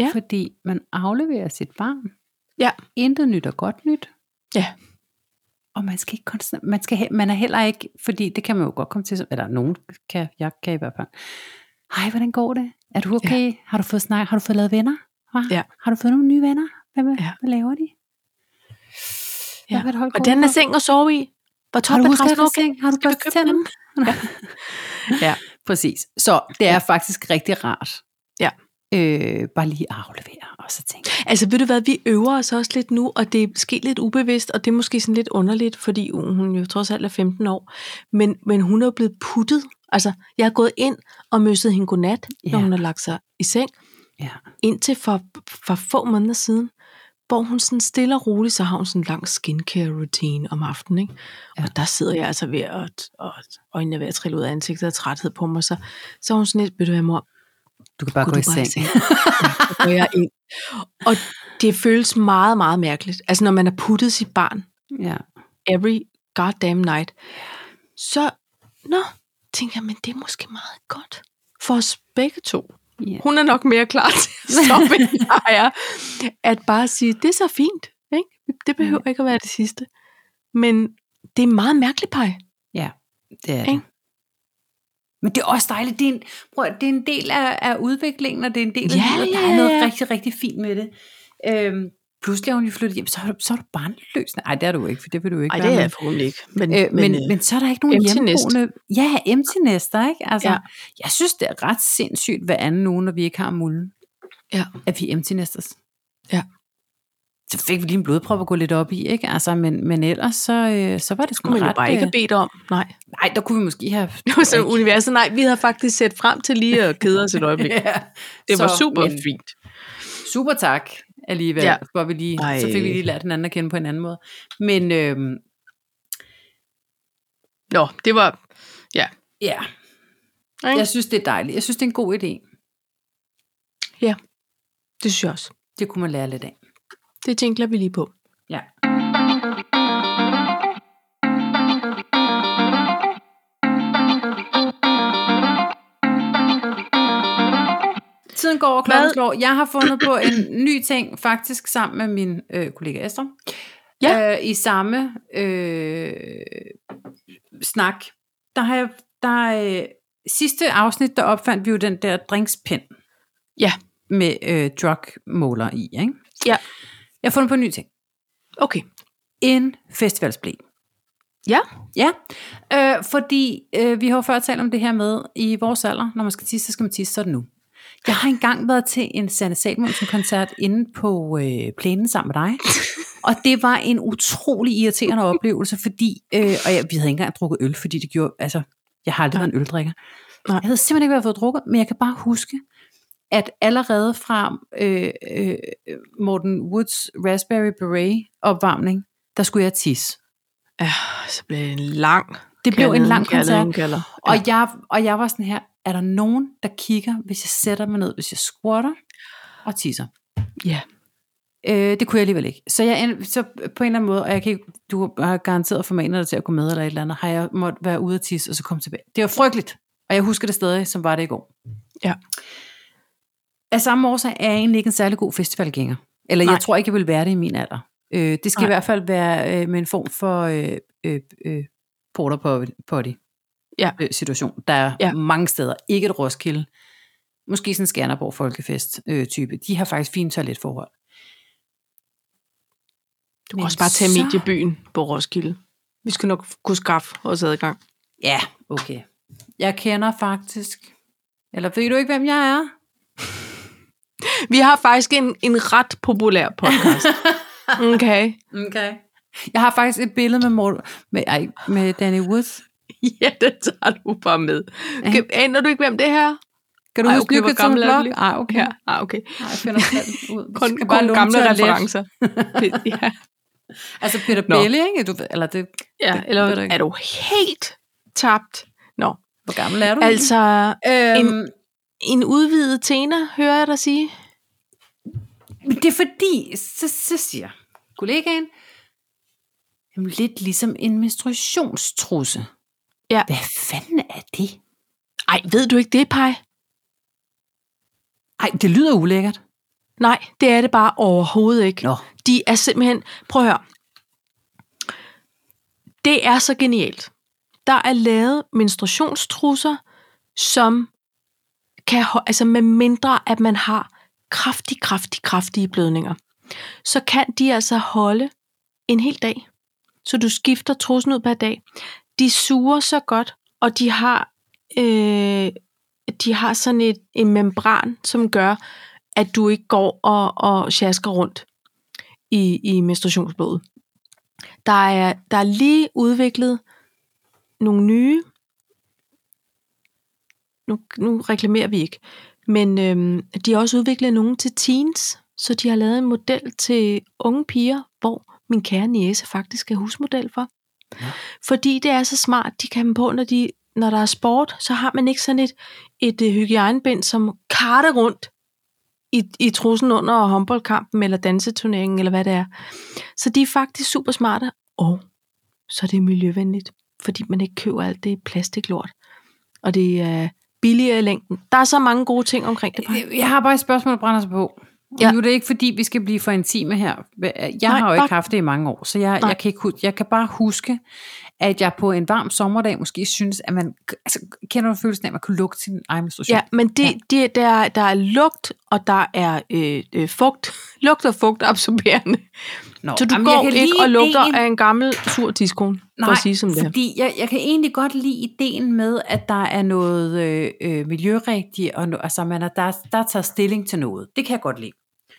Speaker 2: Ja.
Speaker 1: Fordi man afleverer sit barn.
Speaker 2: Ja.
Speaker 1: Intet nyt og godt nyt.
Speaker 2: Ja.
Speaker 1: Og man skal ikke konstant, man, skal, he- man er heller ikke, fordi det kan man jo godt komme til, som- eller nogen kan, jeg kan i hvert fald. Hej, hvordan går det? Er du okay? Ja. Har du fået snak? Har du fået lavet venner? Hva?
Speaker 2: Ja.
Speaker 1: Har du fået nogle nye venner? Hvad,
Speaker 2: Ja.
Speaker 1: ja. hvad laver de?
Speaker 2: Ja.
Speaker 1: Hvad, hvad
Speaker 2: hvordan er sengen at sove i? Var
Speaker 1: har du
Speaker 2: toppen
Speaker 1: husket
Speaker 2: resten
Speaker 1: at
Speaker 2: okay?
Speaker 1: seng? Har du
Speaker 2: Skal vi
Speaker 1: børstet
Speaker 2: købe en
Speaker 1: tænder?
Speaker 2: anden? Ja.
Speaker 1: Præcis. Så det er ja. faktisk rigtig rart.
Speaker 2: Ja.
Speaker 1: Øh, bare lige at aflevere, og så tænke,
Speaker 2: Altså ved du hvad, vi øver os også lidt nu, og det er sket lidt ubevidst, og det er måske sådan lidt underligt, fordi hun hun jo trods alt er 15 år, men, men hun er jo blevet puttet. Altså, jeg er gået ind og møsset hende godnat, yeah. når
Speaker 1: Ja.
Speaker 2: hun har lagt sig i seng,
Speaker 1: ja,
Speaker 2: indtil for, for få måneder siden, hvor hun sådan stille og roligt, så har hun sådan en lang skincare routine om aftenen, ikke? Ja.
Speaker 1: Ja.
Speaker 2: Og der sidder jeg altså ved at, og øjnene er ved at trille ud af ansigtet og træthed på mig, så, så er hun sådan lidt, ved du hvad, mor,
Speaker 1: du kan bare gå
Speaker 2: Kunne
Speaker 1: i
Speaker 2: du bare
Speaker 1: seng.
Speaker 2: se? så går jeg ind. Og det føles meget, meget mærkeligt. Altså, når man har puttet sit barn
Speaker 1: Ja.
Speaker 2: every goddamn night, så, nå, tænker jeg, men det er måske meget godt for os begge to.
Speaker 1: Ja.
Speaker 2: Hun er nok mere klar til at stoppe, end jeg er. At bare sige, det er så fint. Ikke? Det behøver ikke at være det sidste. Men det er meget mærkeligt, Paj.
Speaker 1: ja, det er
Speaker 2: Ikke?
Speaker 1: det. Men det er også dejligt. Det er en, prøv, at- det er en del af, af udviklingen, og det er en del af
Speaker 2: Ja,
Speaker 1: livet. Der
Speaker 2: ja,
Speaker 1: er
Speaker 2: ja,
Speaker 1: noget
Speaker 2: ja.
Speaker 1: rigtig, rigtig fint med det. Øhm, pludselig er hun jo flyttet hjem, så er du, så er du barnløs. Nej, det er du ikke, for det vil du ikke være, men-
Speaker 2: forhåbentlig ikke. Øhm, Men,
Speaker 1: Øh, men, men, men så er der ikke nogen
Speaker 2: empty nest.
Speaker 1: hjemmeboende... Ja, empty nester, ikke? Altså,
Speaker 2: Ja.
Speaker 1: ja. Jeg synes, det er ret sindssygt hver anden uge, når vi ikke har mulden,
Speaker 2: ja.
Speaker 1: at vi er empty nesters.
Speaker 2: Ja.
Speaker 1: Så fik vi lige en blodprop at gå lidt op i, ikke? Altså, men, men ellers, så, øh, så var det sgu
Speaker 2: kunne man jo
Speaker 1: ret...
Speaker 2: bare ikke
Speaker 1: øh,
Speaker 2: have bedt om. Nej.
Speaker 1: Nej, der kunne vi måske have...
Speaker 2: Det var sådan universet. Nej, vi havde faktisk set frem til lige at kede os et øjeblik.
Speaker 1: ja.
Speaker 2: Det var
Speaker 1: Så,
Speaker 2: super
Speaker 1: men
Speaker 2: fint.
Speaker 1: Super tak alligevel,
Speaker 2: Ja.
Speaker 1: ja. for vi lige,
Speaker 2: Ej.
Speaker 1: så fik vi lige lært hinanden at kende på en anden måde. Men øhm,
Speaker 2: Nå, det var... Ja.
Speaker 1: ja,
Speaker 2: Ikke?
Speaker 1: jeg synes, det er dejligt. Jeg synes, det er en god idé.
Speaker 2: Det synes jeg også.
Speaker 1: Det kunne man lære lidt af.
Speaker 2: Det tænker vi lige på.
Speaker 1: Ja. Tiden går og klokken
Speaker 2: Hvad?
Speaker 1: slår. Jeg har fundet på en ny ting, faktisk sammen med min øh, kollega Esther.
Speaker 2: Ja.
Speaker 1: Øh, I samme øh, snak. Der har jeg, der, øh, sidste afsnit, der opfandt vi jo den der drinkspind
Speaker 2: Ja.
Speaker 1: med øh, drugmåler i. Ikke?
Speaker 2: Ja.
Speaker 1: Jeg har fundet på en ny ting
Speaker 2: Okay.
Speaker 1: en festivalsblæ.
Speaker 2: Ja.
Speaker 1: Ja, øh, fordi øh, vi har jo før talt om det her med, i vores alder, når man skal tisse, så skal man tisse sådan nu. Jeg har engang været til en Sanne Salmonsen-koncert inde på øh, plænen sammen med dig, og det var en utrolig irriterende oplevelse, fordi, øh, og jeg, vi havde ikke engang drukket øl, fordi det gjorde, altså, jeg har aldrig været en øldrikker.
Speaker 2: Nej.
Speaker 1: Jeg havde simpelthen ikke været fået drukket, men jeg kan bare huske, at allerede fra øh, øh, Morten Woods Raspberry Beret opvarmning, der skulle jeg tisse.
Speaker 2: Ja, så blev det en lang...
Speaker 1: Det blev en lang koncert,
Speaker 2: Kalder. Og
Speaker 1: og jeg, og jeg var sådan her, er der nogen, der kigger, hvis jeg sætter mig ned, hvis jeg squatter og tisser?
Speaker 2: ja.
Speaker 1: Øh, det kunne jeg alligevel ikke. Så, jeg, end- så på en eller anden måde, og jeg kan ikke, du har garanteret formanet dig til at gå med eller et eller andet, har jeg måtte være ude at tisse, og så komme tilbage. Det var frygteligt, og jeg husker det stadig, som var det i går.
Speaker 2: Ja.
Speaker 1: Af samme årsag er jeg egentlig ikke en særlig god festivalgænger. Eller Nej.
Speaker 2: Nej.
Speaker 1: jeg tror ikke, jeg vil være det i min alder. Øh, det skal
Speaker 2: Nej.
Speaker 1: Nej. i hvert fald være øh, med en form for øh, øh, øh, porter på, potty
Speaker 2: Ja.
Speaker 1: øh, situation. Der er
Speaker 2: Ja.
Speaker 1: ja. mange steder. Ikke et Roskilde. Måske sådan en Skanderborg Folkefest øh, type. De har faktisk fine toiletforhold.
Speaker 2: Du kan også bare tage mediebyen på Roskilde. Vi skulle nok kunne skaffe os adgang.
Speaker 1: Ja, okay. Jeg kender faktisk... Eller ved du ikke, hvem jeg er?
Speaker 2: Vi har faktisk en, en ret populær podcast. Okay.
Speaker 1: Okay. Jeg har faktisk et billede med, Morten, med, ej, med Danny Woods.
Speaker 2: Ja, det tager du bare med.
Speaker 1: Ja.
Speaker 2: Kan- Aner du ikke, hvem det her?
Speaker 1: Kan du
Speaker 2: Ej,
Speaker 1: huske
Speaker 2: okay, hvor
Speaker 1: Nycatson
Speaker 2: gammel er du
Speaker 1: Block?
Speaker 2: lige?
Speaker 1: Ej, okay.
Speaker 2: Ja,
Speaker 1: Ja.
Speaker 2: ah, okay.
Speaker 1: Ej, jeg finder selv ud.
Speaker 2: Kun,
Speaker 1: Du skal
Speaker 2: kun
Speaker 1: låne
Speaker 2: gamle
Speaker 1: toilet.
Speaker 2: referencer. Det- ja.
Speaker 1: Altså Peter
Speaker 2: Nå.
Speaker 1: Belli, ikke? Du, ved- eller det,
Speaker 2: Ja,
Speaker 1: Det
Speaker 2: eller
Speaker 1: ved du ikke.
Speaker 2: er du helt tabt? Nå,
Speaker 1: Hvor gammel er du? Øhm,
Speaker 2: Altså,
Speaker 1: egentlig?
Speaker 2: en- en udvidet tena, hører jeg dig sige.
Speaker 1: Men det er fordi, så, så siger kollegaen, jamen lidt ligesom en menstruationstrusse.
Speaker 2: Ja.
Speaker 1: Hvad fanden er det?
Speaker 2: Ej, ved du ikke det, Paj?
Speaker 1: Ej, det lyder ulækkert.
Speaker 2: Nej, det er det bare overhovedet ikke.
Speaker 1: Nå.
Speaker 2: De er simpelthen... Prøv at høre. Det er så genialt. Der er lavet menstruationstrusser, som kan... ho- Altså med mindre, at man har kraftig, kraftig, kraftige blødninger, så kan de altså holde en hel dag. Så du skifter trussen ud per dag. De suger så godt, og de har, øh, de har sådan et, en membran, som gør, at du ikke går og, og sjasker rundt i, i menstruationsblodet. Der er, der er lige udviklet nogle nye. Nu, nu reklamerer vi ikke. Men øhm, de har også udviklet nogle til teens, så de har lavet en model til unge piger, hvor min kære niece faktisk er husmodel for.
Speaker 1: Ja.
Speaker 2: Ja. Fordi det er så smart, de kan have dem på, når, de, når der er sport, så har man ikke sådan et, et øh, hygiejnebind, som karter rundt i, i trussen under håndboldkampen eller danseturneringen, eller hvad det er. Så de er faktisk super smarte, og så er det miljøvenligt, fordi man ikke køber alt det plastiklort. Og det er billigere i længden. Der er så mange gode ting omkring det. Paj.
Speaker 1: Jeg har bare et spørgsmål, der brænder sig på. Ja.
Speaker 2: Ja.
Speaker 1: Nu er det ikke, fordi vi skal blive for intime her. Jeg Nej,
Speaker 2: Nej,
Speaker 1: har jo ikke
Speaker 2: bare-
Speaker 1: haft det i mange år, så jeg,
Speaker 2: Nej.
Speaker 1: jeg, kan ikke, hu- jeg kan bare huske, at jeg på en varm sommerdag måske synes, at man... Altså, kender du følelsen af, at man kunne lugte sin egen menstruation?
Speaker 2: Ja, men det, det, der, er- der er lugt, og der er øh, øh, fugt. Lugt og fugt absorberende.
Speaker 1: Nå,
Speaker 2: Så du
Speaker 1: jamen,
Speaker 2: Jamen,
Speaker 1: jeg
Speaker 2: går
Speaker 1: kan
Speaker 2: ikke
Speaker 1: lide
Speaker 2: og lugter
Speaker 1: ideen-
Speaker 2: af en gammel sur diskon, for
Speaker 1: Nej,
Speaker 2: at sige som det er.
Speaker 1: fordi jeg, jeg kan egentlig godt lide ideen med, at der er noget øh, øh, miljørigtigt, og no, altså man er, der, der tager stilling til noget. Det kan jeg godt lide.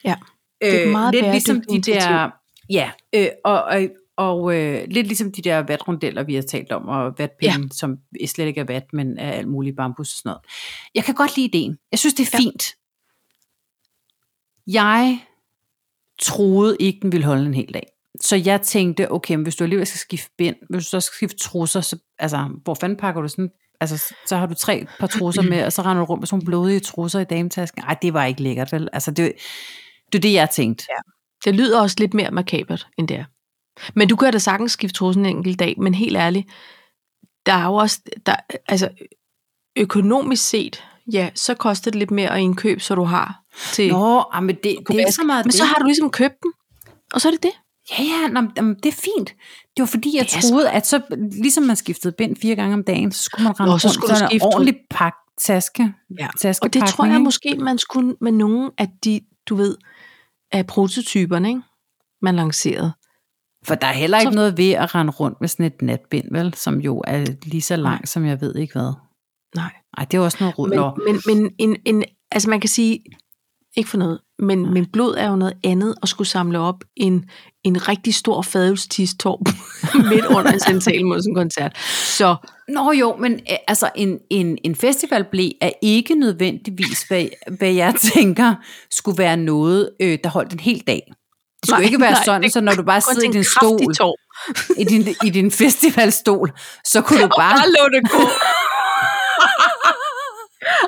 Speaker 2: Ja, det er et meget
Speaker 1: lidt ligesom de
Speaker 2: bæredygtigt
Speaker 1: der, Ja, øh, og, og, og øh, lidt ligesom de der vatrundeller, vi har talt om, og vatpinden, ja. som slet ikke er vat, men er alt muligt bambus og sådan noget. Jeg kan godt lide ideen. Jeg synes, det er
Speaker 2: Ja.
Speaker 1: fint. Jeg troede ikke, den ville holde en hel dag. Så jeg tænkte, okay, men hvis du alligevel skal skifte bind, hvis du så skal skifte trusser, så, altså, hvor fanden pakker du sådan? Altså, så har du tre par trusser med, og så render du rundt med sådan nogle blodige trusser i dametasken. Nej, det var ikke lækkert, vel? Altså, det, det er det, jeg tænkte. Ja.
Speaker 2: Det lyder også lidt mere makabert, end det er. Men du kan da sagtens skifte trussen en enkelt dag, men helt ærligt, der er jo også, der, altså ø- økonomisk set, ja, så koster det lidt mere at indkøbe, så du har til
Speaker 1: Nå, ah, men det, det er ikke så meget
Speaker 2: Men
Speaker 1: det.
Speaker 2: så har du ligesom købt den, og så er det det.
Speaker 1: Ja, ja, nå, men- jamen, det er fint. Det var fordi, jeg
Speaker 2: Det er
Speaker 1: troede, at så, ligesom man skiftede bind fire gange om dagen, så skulle man rende
Speaker 2: Nå, så
Speaker 1: rundt
Speaker 2: skulle du
Speaker 1: med en
Speaker 2: skifte-
Speaker 1: ordentlig pakke taske.
Speaker 2: Ja,
Speaker 1: taskepakning,
Speaker 2: Og det tror jeg
Speaker 1: ikke?
Speaker 2: måske, man skulle med nogen af de, du ved, af prototyperne, ikke? man lancerede.
Speaker 1: For der er heller ikke
Speaker 2: Så-
Speaker 1: noget ved at rende rundt med sådan et natbind, vel? Som jo er lige så langt, som jeg ved ikke hvad.
Speaker 2: Nej.
Speaker 1: Ej, det er også noget råd.
Speaker 2: Men,
Speaker 1: Nå,
Speaker 2: men, men en, en, altså man kan sige, ikke for noget, men, men blod er jo noget andet at skulle samle op en, en rigtig stor fadelstistorp midt under en central mod en koncert. Så
Speaker 1: Nå jo, men øh, altså en, en, en festivalblæ er ikke nødvendigvis, hvad, hvad jeg tænker skulle være noget, øh, der holdt en hel dag. Det skulle nej,
Speaker 2: Nej,
Speaker 1: ikke være
Speaker 2: nej,
Speaker 1: sådan,
Speaker 2: det
Speaker 1: så når du bare
Speaker 2: kun
Speaker 1: sidder i
Speaker 2: til en
Speaker 1: din
Speaker 2: kraftig
Speaker 1: stol,
Speaker 2: torv.
Speaker 1: i din, i din festivalstol, så kunne du bare...
Speaker 2: Bare lå det gå.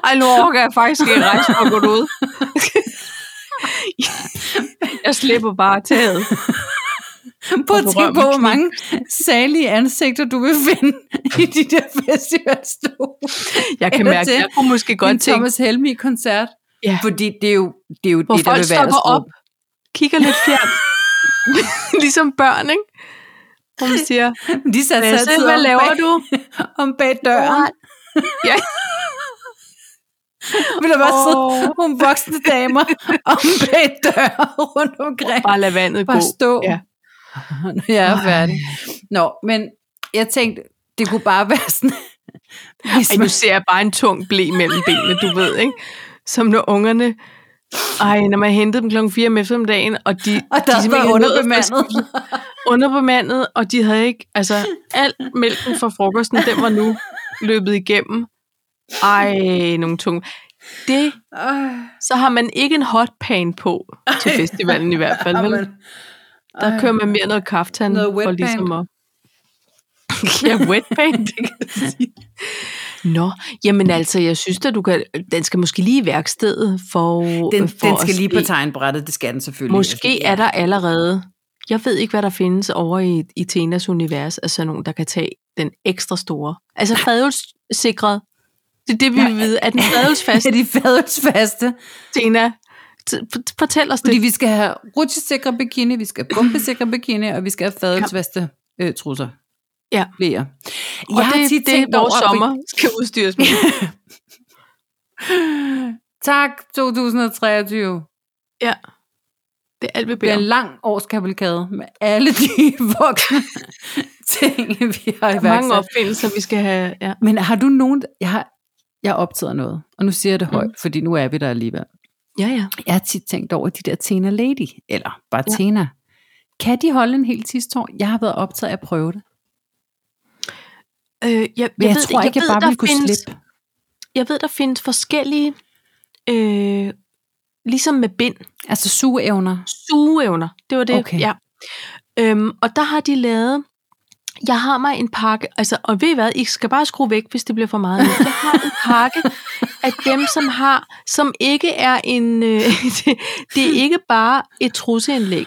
Speaker 2: Ej, nu orker jeg faktisk ikke at rejse mig godt ud. Jeg slipper bare taget.
Speaker 1: Prøv at
Speaker 2: Og
Speaker 1: tænke
Speaker 2: berør
Speaker 1: på,
Speaker 2: min
Speaker 1: hvor
Speaker 2: knæ.
Speaker 1: mange salige ansigter, du vil finde i de der festivalstol.
Speaker 2: Jeg kan
Speaker 1: Eller
Speaker 2: mærke,
Speaker 1: til
Speaker 2: jeg kunne måske
Speaker 1: En
Speaker 2: godt tænke,
Speaker 1: Thomas Helmi-koncert.
Speaker 2: Ja.
Speaker 1: Fordi det er jo det, er jo
Speaker 2: hvor
Speaker 1: det der
Speaker 2: folk
Speaker 1: vil være
Speaker 2: stopper
Speaker 1: der
Speaker 2: op, kigger lidt fjernt, ligesom børn, ikke? Hvor man siger,
Speaker 1: De satte sig
Speaker 2: Lasse,
Speaker 1: altid
Speaker 2: hvad
Speaker 1: om
Speaker 2: laver
Speaker 1: bag,
Speaker 2: du?
Speaker 1: om bag døren.
Speaker 2: Ja.
Speaker 1: Vil der bare
Speaker 2: Åh.
Speaker 1: sidde nogle voksne damer om bag døren rundt omkring.
Speaker 2: Bare lad vandet gå.
Speaker 1: Bare stå.
Speaker 2: Ja.
Speaker 1: Når jeg er færdig. Nå, men jeg tænkte, det kunne bare være sådan... Hvis
Speaker 2: Ej, nu ser jeg bare en tung blæ mellem benene, du ved, ikke? Som når ungerne... Ej, når man hentede dem klokken 4 om eftermiddagen, og de,
Speaker 1: og der
Speaker 2: de simpelthen
Speaker 1: var
Speaker 2: ikke havde nået at
Speaker 1: underbemandet.
Speaker 2: underbemandet, og de havde ikke, altså al mælken fra frokosten, den var nu løbet igennem. Ej, nogle tunge. Det, så har man ikke en hotpan på til festivalen i hvert fald.
Speaker 1: Amen.
Speaker 2: Vel? Der kører man mere noget kaftan.
Speaker 1: Noget wet
Speaker 2: for ligesom at... ja, wetpan, det kan jeg sige. Nå, jamen altså, jeg synes at du kan, den skal måske lige i værkstedet for
Speaker 1: Den,
Speaker 2: for
Speaker 1: den
Speaker 2: at
Speaker 1: skal lige på
Speaker 2: se.
Speaker 1: tegnbrættet, det skal den selvfølgelig.
Speaker 2: Måske er der allerede, jeg ved ikke, hvad der findes over i, i Tenas univers, af sådan nogen, der kan tage den ekstra store. Altså fadølssikret. Det er det, vi
Speaker 1: Nej.
Speaker 2: vil vide. Er den fadølsfast,
Speaker 1: Er de fadelsfaste?
Speaker 2: Tena? T- f- Fortæl os
Speaker 1: Fordi
Speaker 2: det.
Speaker 1: vi skal have rutsjesikre bikini, vi skal have bombesikre bikini, og vi skal have fadelsfaste øh, trusser.
Speaker 2: Ja.
Speaker 1: Flere.
Speaker 2: Og det, er det
Speaker 1: tænkt
Speaker 2: vores
Speaker 1: over-
Speaker 2: sommer skal udstyres med.
Speaker 1: Tak, 2023.
Speaker 2: Det er alt, vi
Speaker 1: Det
Speaker 2: beder
Speaker 1: er en
Speaker 2: om.
Speaker 1: lang årskavalkade med alle de voksne ting, vi har
Speaker 2: Der er mange
Speaker 1: iværksat.
Speaker 2: opfindelser, vi skal have. Ja.
Speaker 1: Men har du nogen... Jeg har, jeg optager noget, og nu siger jeg det
Speaker 2: Mm.
Speaker 1: højt, fordi nu er vi der alligevel.
Speaker 2: ja, ja.
Speaker 1: Jeg har tit tænkt over de der Tena Lady, eller bare
Speaker 2: Ja.
Speaker 1: ja. Tena. Kan de holde en helt sidste år? Jeg har været optaget af at prøve det.
Speaker 2: Øh, jeg, jeg,
Speaker 1: Men jeg, jeg
Speaker 2: ved,
Speaker 1: tror
Speaker 2: det.
Speaker 1: ikke, jeg
Speaker 2: ved,
Speaker 1: bare
Speaker 2: der
Speaker 1: ville kunne
Speaker 2: findes-
Speaker 1: slippe.
Speaker 2: Jeg ved, der findes forskellige, øh, ligesom med bind,
Speaker 1: Altså sugeevner.
Speaker 2: sugeevner. Det var det,
Speaker 1: Okay.
Speaker 2: ja. Øhm, og der har de lavet, jeg har mig en pakke, altså, og ved I hvad, I skal bare skrue væk, hvis det bliver for meget. nu. Jeg har en pakke af dem, som har, som ikke er en, øh, det, det er ikke bare et trusseindlæg.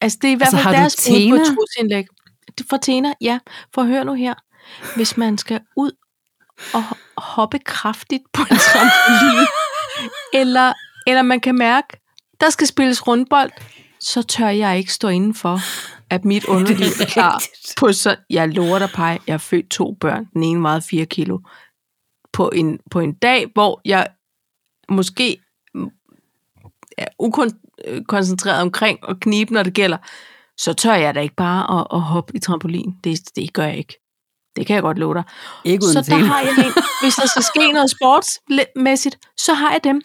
Speaker 2: Altså, det er i hvert
Speaker 1: Altså,
Speaker 2: fald
Speaker 1: har du
Speaker 2: deres bud på et
Speaker 1: tænder?
Speaker 2: trusseindlæg. Det- For tæner, ja. For hør nu her. Hvis man skal ud og ho- hoppe kraftigt på en trampolin, eller, eller man kan mærke, der skal spilles rundbold, så tør jeg ikke stå indenfor, at mit underliv er klar på så... Jeg lover dig, Paj, jeg har født to børn, den ene vejede 4 kilo, på en, på en dag, hvor jeg måske mm, er ukoncentreret omkring og knibe, når det gælder, så tør jeg da ikke bare at, at hoppe i trampolin. Det, det gør jeg ikke. Det kan jeg godt love dig.
Speaker 1: Ikke uden
Speaker 2: Så der
Speaker 1: tena.
Speaker 2: har jeg en, hvis der skal ske noget sportsmæssigt, så har jeg dem.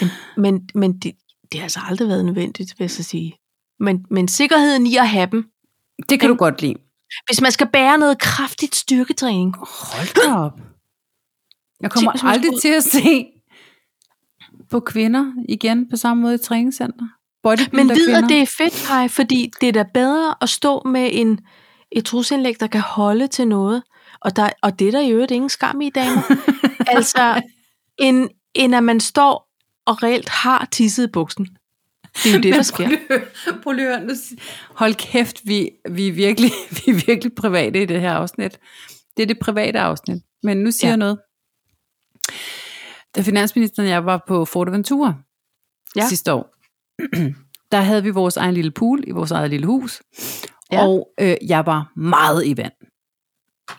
Speaker 2: Men, men, men det, det har altså aldrig været nødvendigt, vil jeg så sige. Men, men sikkerheden i at have dem,
Speaker 1: Det kan du godt lide.
Speaker 2: hvis man skal bære noget kraftigt styrketræning.
Speaker 1: Hold da op. Jeg kommer
Speaker 2: Tænk, hvis man
Speaker 1: aldrig
Speaker 2: skulle-
Speaker 1: til at se på kvinder igen på samme måde i træningscenter.
Speaker 2: Men ved
Speaker 1: kvinder.
Speaker 2: at det er fedt, Paj, fordi det er da bedre at stå med en, et trusindlæg, der kan holde til noget. Og, der, og det er der i øvrigt ingen skam i, damer. altså, end, end at man står og reelt har tisset i buksen. Det er jo det, der sker.
Speaker 1: sker. Prøv lige at høre, nu sig- hold kæft, vi, vi, er virkelig, vi er virkelig private i det her afsnit. Det er det private afsnit. Men nu siger
Speaker 2: Ja.
Speaker 1: ja. jeg noget. Da finansministeren og jeg var på Fort Ventura
Speaker 2: Ja.
Speaker 1: ja. sidste år, der havde vi vores egen lille pool i vores eget lille hus.
Speaker 2: Ja.
Speaker 1: Ja. Og øh, jeg var meget i vand.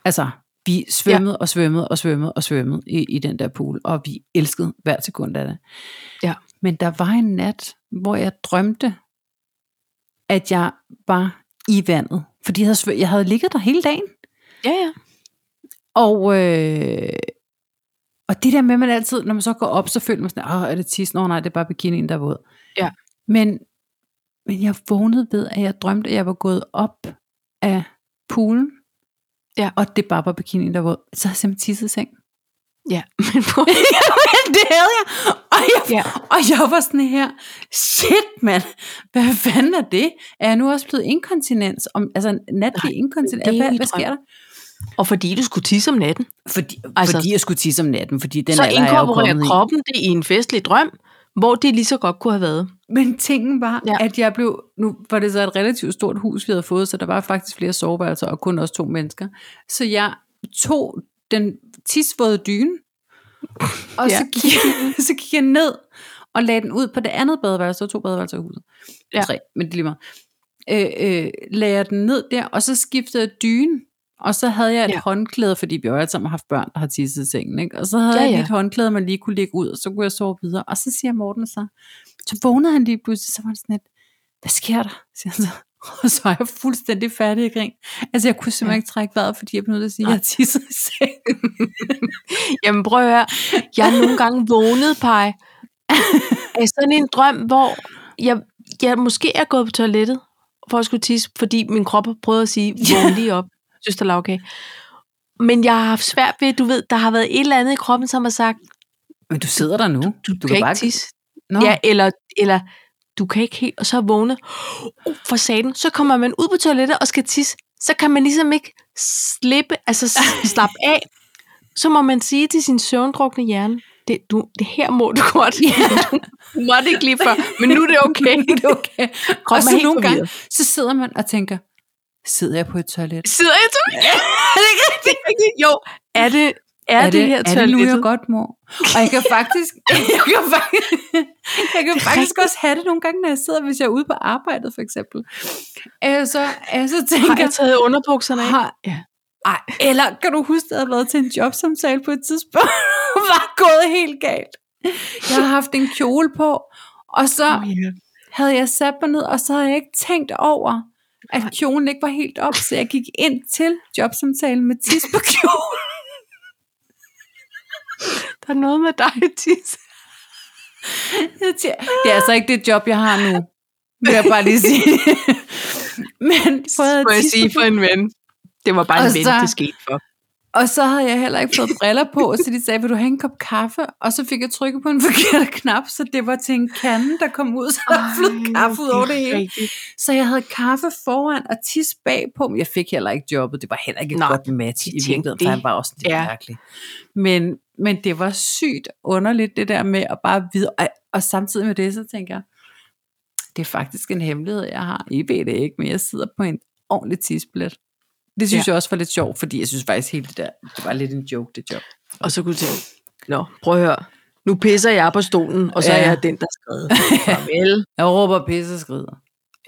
Speaker 1: Altså, vi svømmede ja. og svømmede og svømmede og svømmede i, i den der pool, og vi elskede hver sekund af det.
Speaker 2: Ja.
Speaker 1: Men der var en nat, hvor jeg drømte, at jeg var i vandet. Fordi jeg havde, svø- jeg havde ligget der hele dagen.
Speaker 2: Ja, ja.
Speaker 1: Og, øh, og det der med, at man altid, når man så går op, så føler man sådan, åh, er det tis? Nå nej, det er bare bikinien, der er våd.
Speaker 2: Ja.
Speaker 1: Men, men jeg vågnede ved, at jeg drømte, at jeg var gået op af poolen.
Speaker 2: Ja.
Speaker 1: Og det bare var bikinien, der var våd. Så havde jeg simpelthen tisset i seng.
Speaker 2: Ja, men prøv at-
Speaker 1: Jamen, det havde jeg. Og jeg,
Speaker 2: Ja.
Speaker 1: ja. og jeg var sådan her, shit mand, hvad fanden er det? Er jeg nu også blevet inkontinens? Om, altså natlig inkontinens?
Speaker 2: det er jo
Speaker 1: Hvad,
Speaker 2: i
Speaker 1: hvad sker der?
Speaker 2: Og fordi du skulle tisse om natten,
Speaker 1: Fordi,
Speaker 2: Altså-
Speaker 1: altså, fordi jeg skulle tisse om natten, fordi den
Speaker 2: så
Speaker 1: alder er jeg jo
Speaker 2: inkorporerer
Speaker 1: kommet i.
Speaker 2: kroppen det i en festlig drøm, hvor det lige så godt kunne have været.
Speaker 1: Men tingen var,
Speaker 2: Ja.
Speaker 1: ja. at jeg blev... Nu var det så et relativt stort hus, vi havde fået, så der var faktisk flere soveværelser, og kun også to mennesker. Så jeg tog den tisvåde dyne, og
Speaker 2: Ja.
Speaker 1: ja. så, gik, så gik jeg ned og lagde den ud på det andet badeværelse, der var to badeværelser i huset.
Speaker 2: Ja.
Speaker 1: Ja. Tre, men det er lige meget. Øh, øh, lagde jeg den ned der, og så skiftede jeg dyne, og så havde jeg et
Speaker 2: Ja.
Speaker 1: ja. håndklæde, fordi vi jo alle sammen har haft børn, der har tisset i sengen, ikke? og så havde
Speaker 2: Ja,
Speaker 1: ja, jeg
Speaker 2: ja.
Speaker 1: lige et håndklæde, man lige kunne lægge ud, og så kunne jeg sove videre, og så siger Morten så, så vågnede han lige pludselig, så var han sådan lidt, hvad sker der? Siger han så. Og så er jeg fuldstændig færdig i grin. Altså, jeg kunne simpelthen
Speaker 2: Ja.
Speaker 1: ja. ikke trække vejret, fordi jeg blev nødt til at sige, at jeg har tisset i seng.
Speaker 2: Jamen prøv at høre, jeg har nogle gange vågnet, Paj, af sådan en drøm, hvor jeg, jeg måske er gået på toilettet for at skulle tisse, fordi min krop har prøvet at sige, vågn lige op, søster lavkage. Men jeg har haft svært ved, du ved, der har været et eller andet i kroppen, som har sagt,
Speaker 1: Men du sidder der nu.
Speaker 2: du, du kan ikke tisse.
Speaker 1: Nå.
Speaker 2: Ja, eller, eller Uh, du kan ikke helt, og så er vågnet. Oh, for saten, så kommer man ud på toilettet og skal tisse. så kan man ligesom ikke slippe, altså s- slappe af. Så må man sige til sin søvndrukne hjerne, det, du, det her må du godt. Du måtte ikke lige før, men nu er det okay.
Speaker 1: Nu er det okay.
Speaker 2: Kroppen
Speaker 1: og
Speaker 2: er
Speaker 1: så
Speaker 2: helt
Speaker 1: nogle gange,
Speaker 2: forvirret.
Speaker 1: så sidder man og tænker, sidder jeg på et toilet?
Speaker 2: Sidder jeg til
Speaker 1: Er det ikke
Speaker 2: det er rigtigt. Jo, er det, er, er det, her
Speaker 1: er det nu, jeg
Speaker 2: toilettet?
Speaker 1: godt må? Og jeg kan faktisk, jeg kan faktisk, jeg kan
Speaker 2: Det er
Speaker 1: faktisk
Speaker 2: rigtigt.
Speaker 1: også have det nogle gange, når jeg sidder, hvis jeg er ude på arbejdet, for eksempel. Øh, så, øh, så
Speaker 2: Har
Speaker 1: tænker
Speaker 2: jeg taget underbukserne af?
Speaker 1: Har,
Speaker 2: Ja.
Speaker 1: ja. Ej, eller kan du huske, at jeg havde været til en jobsamtale på et tidspunkt, og var gået helt galt. Jeg havde haft en kjole på, og så
Speaker 2: Åh, ja.
Speaker 1: havde jeg sat mig ned, og så havde jeg ikke tænkt over, at
Speaker 2: Nej.
Speaker 1: kjolen ikke var helt op, så jeg gik ind til jobsamtalen med tis på kjolen.
Speaker 2: Der er noget med dig, Tis.
Speaker 1: Jeg siger, Det er altså ikke det job, jeg har nu, vil jeg bare lige sige. Men så havde
Speaker 2: Må jeg
Speaker 1: tis på
Speaker 2: sige for en ven. Det var bare en
Speaker 1: Og
Speaker 2: ven,
Speaker 1: så-
Speaker 2: det skete for.
Speaker 1: Og så havde jeg heller ikke fået briller på, så de sagde, vil du have en kop kaffe? Og så fik jeg trykket på en forkert knap, så det var til en kande, der kom ud, så der flød kaffe ud over det hele.
Speaker 2: Rigtigt.
Speaker 1: Så jeg havde kaffe foran og tis bagpå, men jeg fik heller ikke jobbet. Det var heller ikke et
Speaker 2: Nej,
Speaker 1: godt match i
Speaker 2: tænkte,
Speaker 1: virkeligheden, for
Speaker 2: det
Speaker 1: han var også lidt
Speaker 2: er-
Speaker 1: mærkelig. Men, men det var sygt underligt, det der med at bare vide, og, og samtidig med det, så tænker jeg, det er faktisk en hemmelighed, jeg har. I ved det ikke, men jeg sidder på en ordentlig tisplet. Det synes ja. jeg også var lidt sjovt, fordi jeg synes faktisk hele det der, det var lidt en joke, det job.
Speaker 2: Og så kunne du tænke, nå, prøv at høre. Nu pisser jeg på stolen, og så er
Speaker 1: Ja.
Speaker 2: jeg den, der skrev. Farvel.
Speaker 1: Jeg råber pisse og skrider.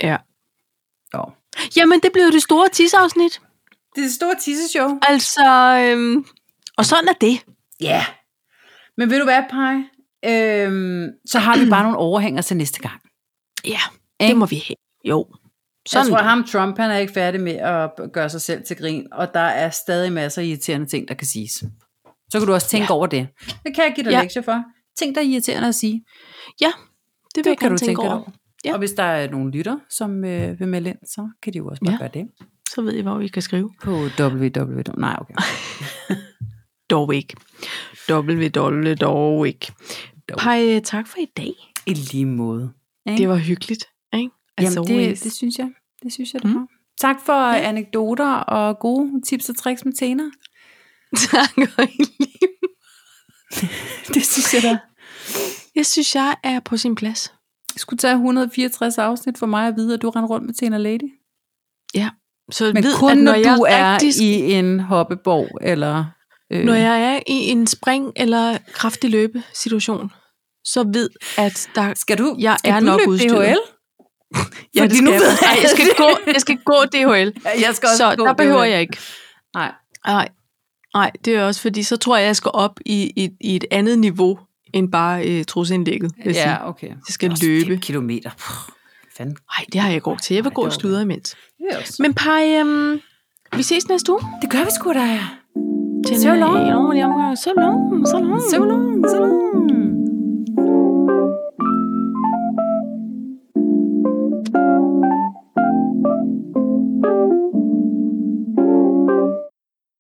Speaker 2: Ja.
Speaker 1: Jo.
Speaker 2: Jamen, det blev det store tisseafsnit.
Speaker 1: Det er et stort tisseshow.
Speaker 2: Altså, øhm, og sådan er det.
Speaker 1: Ja. Yeah. Men vil du være Paj? Øhm, så har vi bare nogle overhænger til næste gang.
Speaker 2: Ja,
Speaker 1: Ikke?
Speaker 2: det må vi have. Jo.
Speaker 1: Sådan.
Speaker 2: Sådan.
Speaker 1: Jeg tror, at ham Trump, han er ikke færdig med at gøre sig selv til grin, og der er stadig masser af irriterende ting, der kan siges. Så kan du også tænke
Speaker 2: Ja.
Speaker 1: ja. over det. Det kan jeg give dig
Speaker 2: Ja.
Speaker 1: ja. lektier for. Ting, der er irriterende at sige,
Speaker 2: det, vil
Speaker 1: det
Speaker 2: jeg
Speaker 1: kan
Speaker 2: gerne
Speaker 1: du
Speaker 2: tænke
Speaker 1: tænke
Speaker 2: over.
Speaker 1: over.
Speaker 2: Ja.
Speaker 1: Ja. Og hvis der er nogle lytter, som øh, vil melde ind, så kan de jo også bare
Speaker 2: Ja.
Speaker 1: ja. gøre det.
Speaker 2: Så ved I, hvor vi kan skrive.
Speaker 1: På www. Nej, okay.
Speaker 2: Dog ikke. www. Dog ikke.
Speaker 1: Dog.
Speaker 2: Pej, tak for i dag.
Speaker 1: I lige måde.
Speaker 2: Det var hyggeligt. Ikke? Altså, As
Speaker 1: Jamen, det,
Speaker 2: always.
Speaker 1: det synes jeg. Det synes jeg, det
Speaker 2: Mm.
Speaker 1: var. Mm. Tak for
Speaker 2: Ja.
Speaker 1: ja. anekdoter og gode tips og tricks med Tena.
Speaker 2: Tak. og i lige-
Speaker 1: Det synes jeg da.
Speaker 2: Jeg synes, jeg er på sin plads.
Speaker 1: Det skulle tage 164 afsnit for mig at vide, at du render rundt med Tena Lady.
Speaker 2: Så
Speaker 1: Men
Speaker 2: ved,
Speaker 1: Ved, kun
Speaker 2: at
Speaker 1: når, når du er
Speaker 2: rigtig,
Speaker 1: i en hoppeborg, eller... Øh,
Speaker 2: når jeg er i en spring- eller kraftig løbesituation, så ved, at der...
Speaker 1: skal du,
Speaker 2: jeg
Speaker 1: skal
Speaker 2: er
Speaker 1: du
Speaker 2: nok
Speaker 1: løbe
Speaker 2: udstyret.
Speaker 1: DHL?
Speaker 2: Ja, det
Speaker 1: Fordi
Speaker 2: skal
Speaker 1: nu
Speaker 2: jeg,
Speaker 1: ved
Speaker 2: faktisk. Ej, jeg, skal
Speaker 1: det.
Speaker 2: gå, jeg skal gå DHL,
Speaker 1: Jeg skal
Speaker 2: så
Speaker 1: gå
Speaker 2: der behøver
Speaker 1: DHL.
Speaker 2: jeg ikke.
Speaker 1: Nej.
Speaker 2: Nej, nej, det er også fordi, så tror jeg, jeg skal op i, i, i et andet niveau, end bare øh, trusindlægget. vil jeg sige.
Speaker 1: Ja, okay.
Speaker 2: Jeg skal
Speaker 1: Også
Speaker 2: løbe.
Speaker 1: 5 kilometer. Pff, Fanden.
Speaker 2: Nej, det har jeg ikke råd til. Jeg vil
Speaker 1: Ej,
Speaker 2: gå
Speaker 1: det
Speaker 2: og
Speaker 1: var
Speaker 2: studere imens.
Speaker 1: Yes. Men
Speaker 2: Men Paj, øhm, vi ses næste uge.
Speaker 1: det gør vi sgu da.
Speaker 2: Til en, øh,
Speaker 1: Så long. Mm.
Speaker 2: en ordentlig omgang. Så long, så long.
Speaker 1: So long, so long.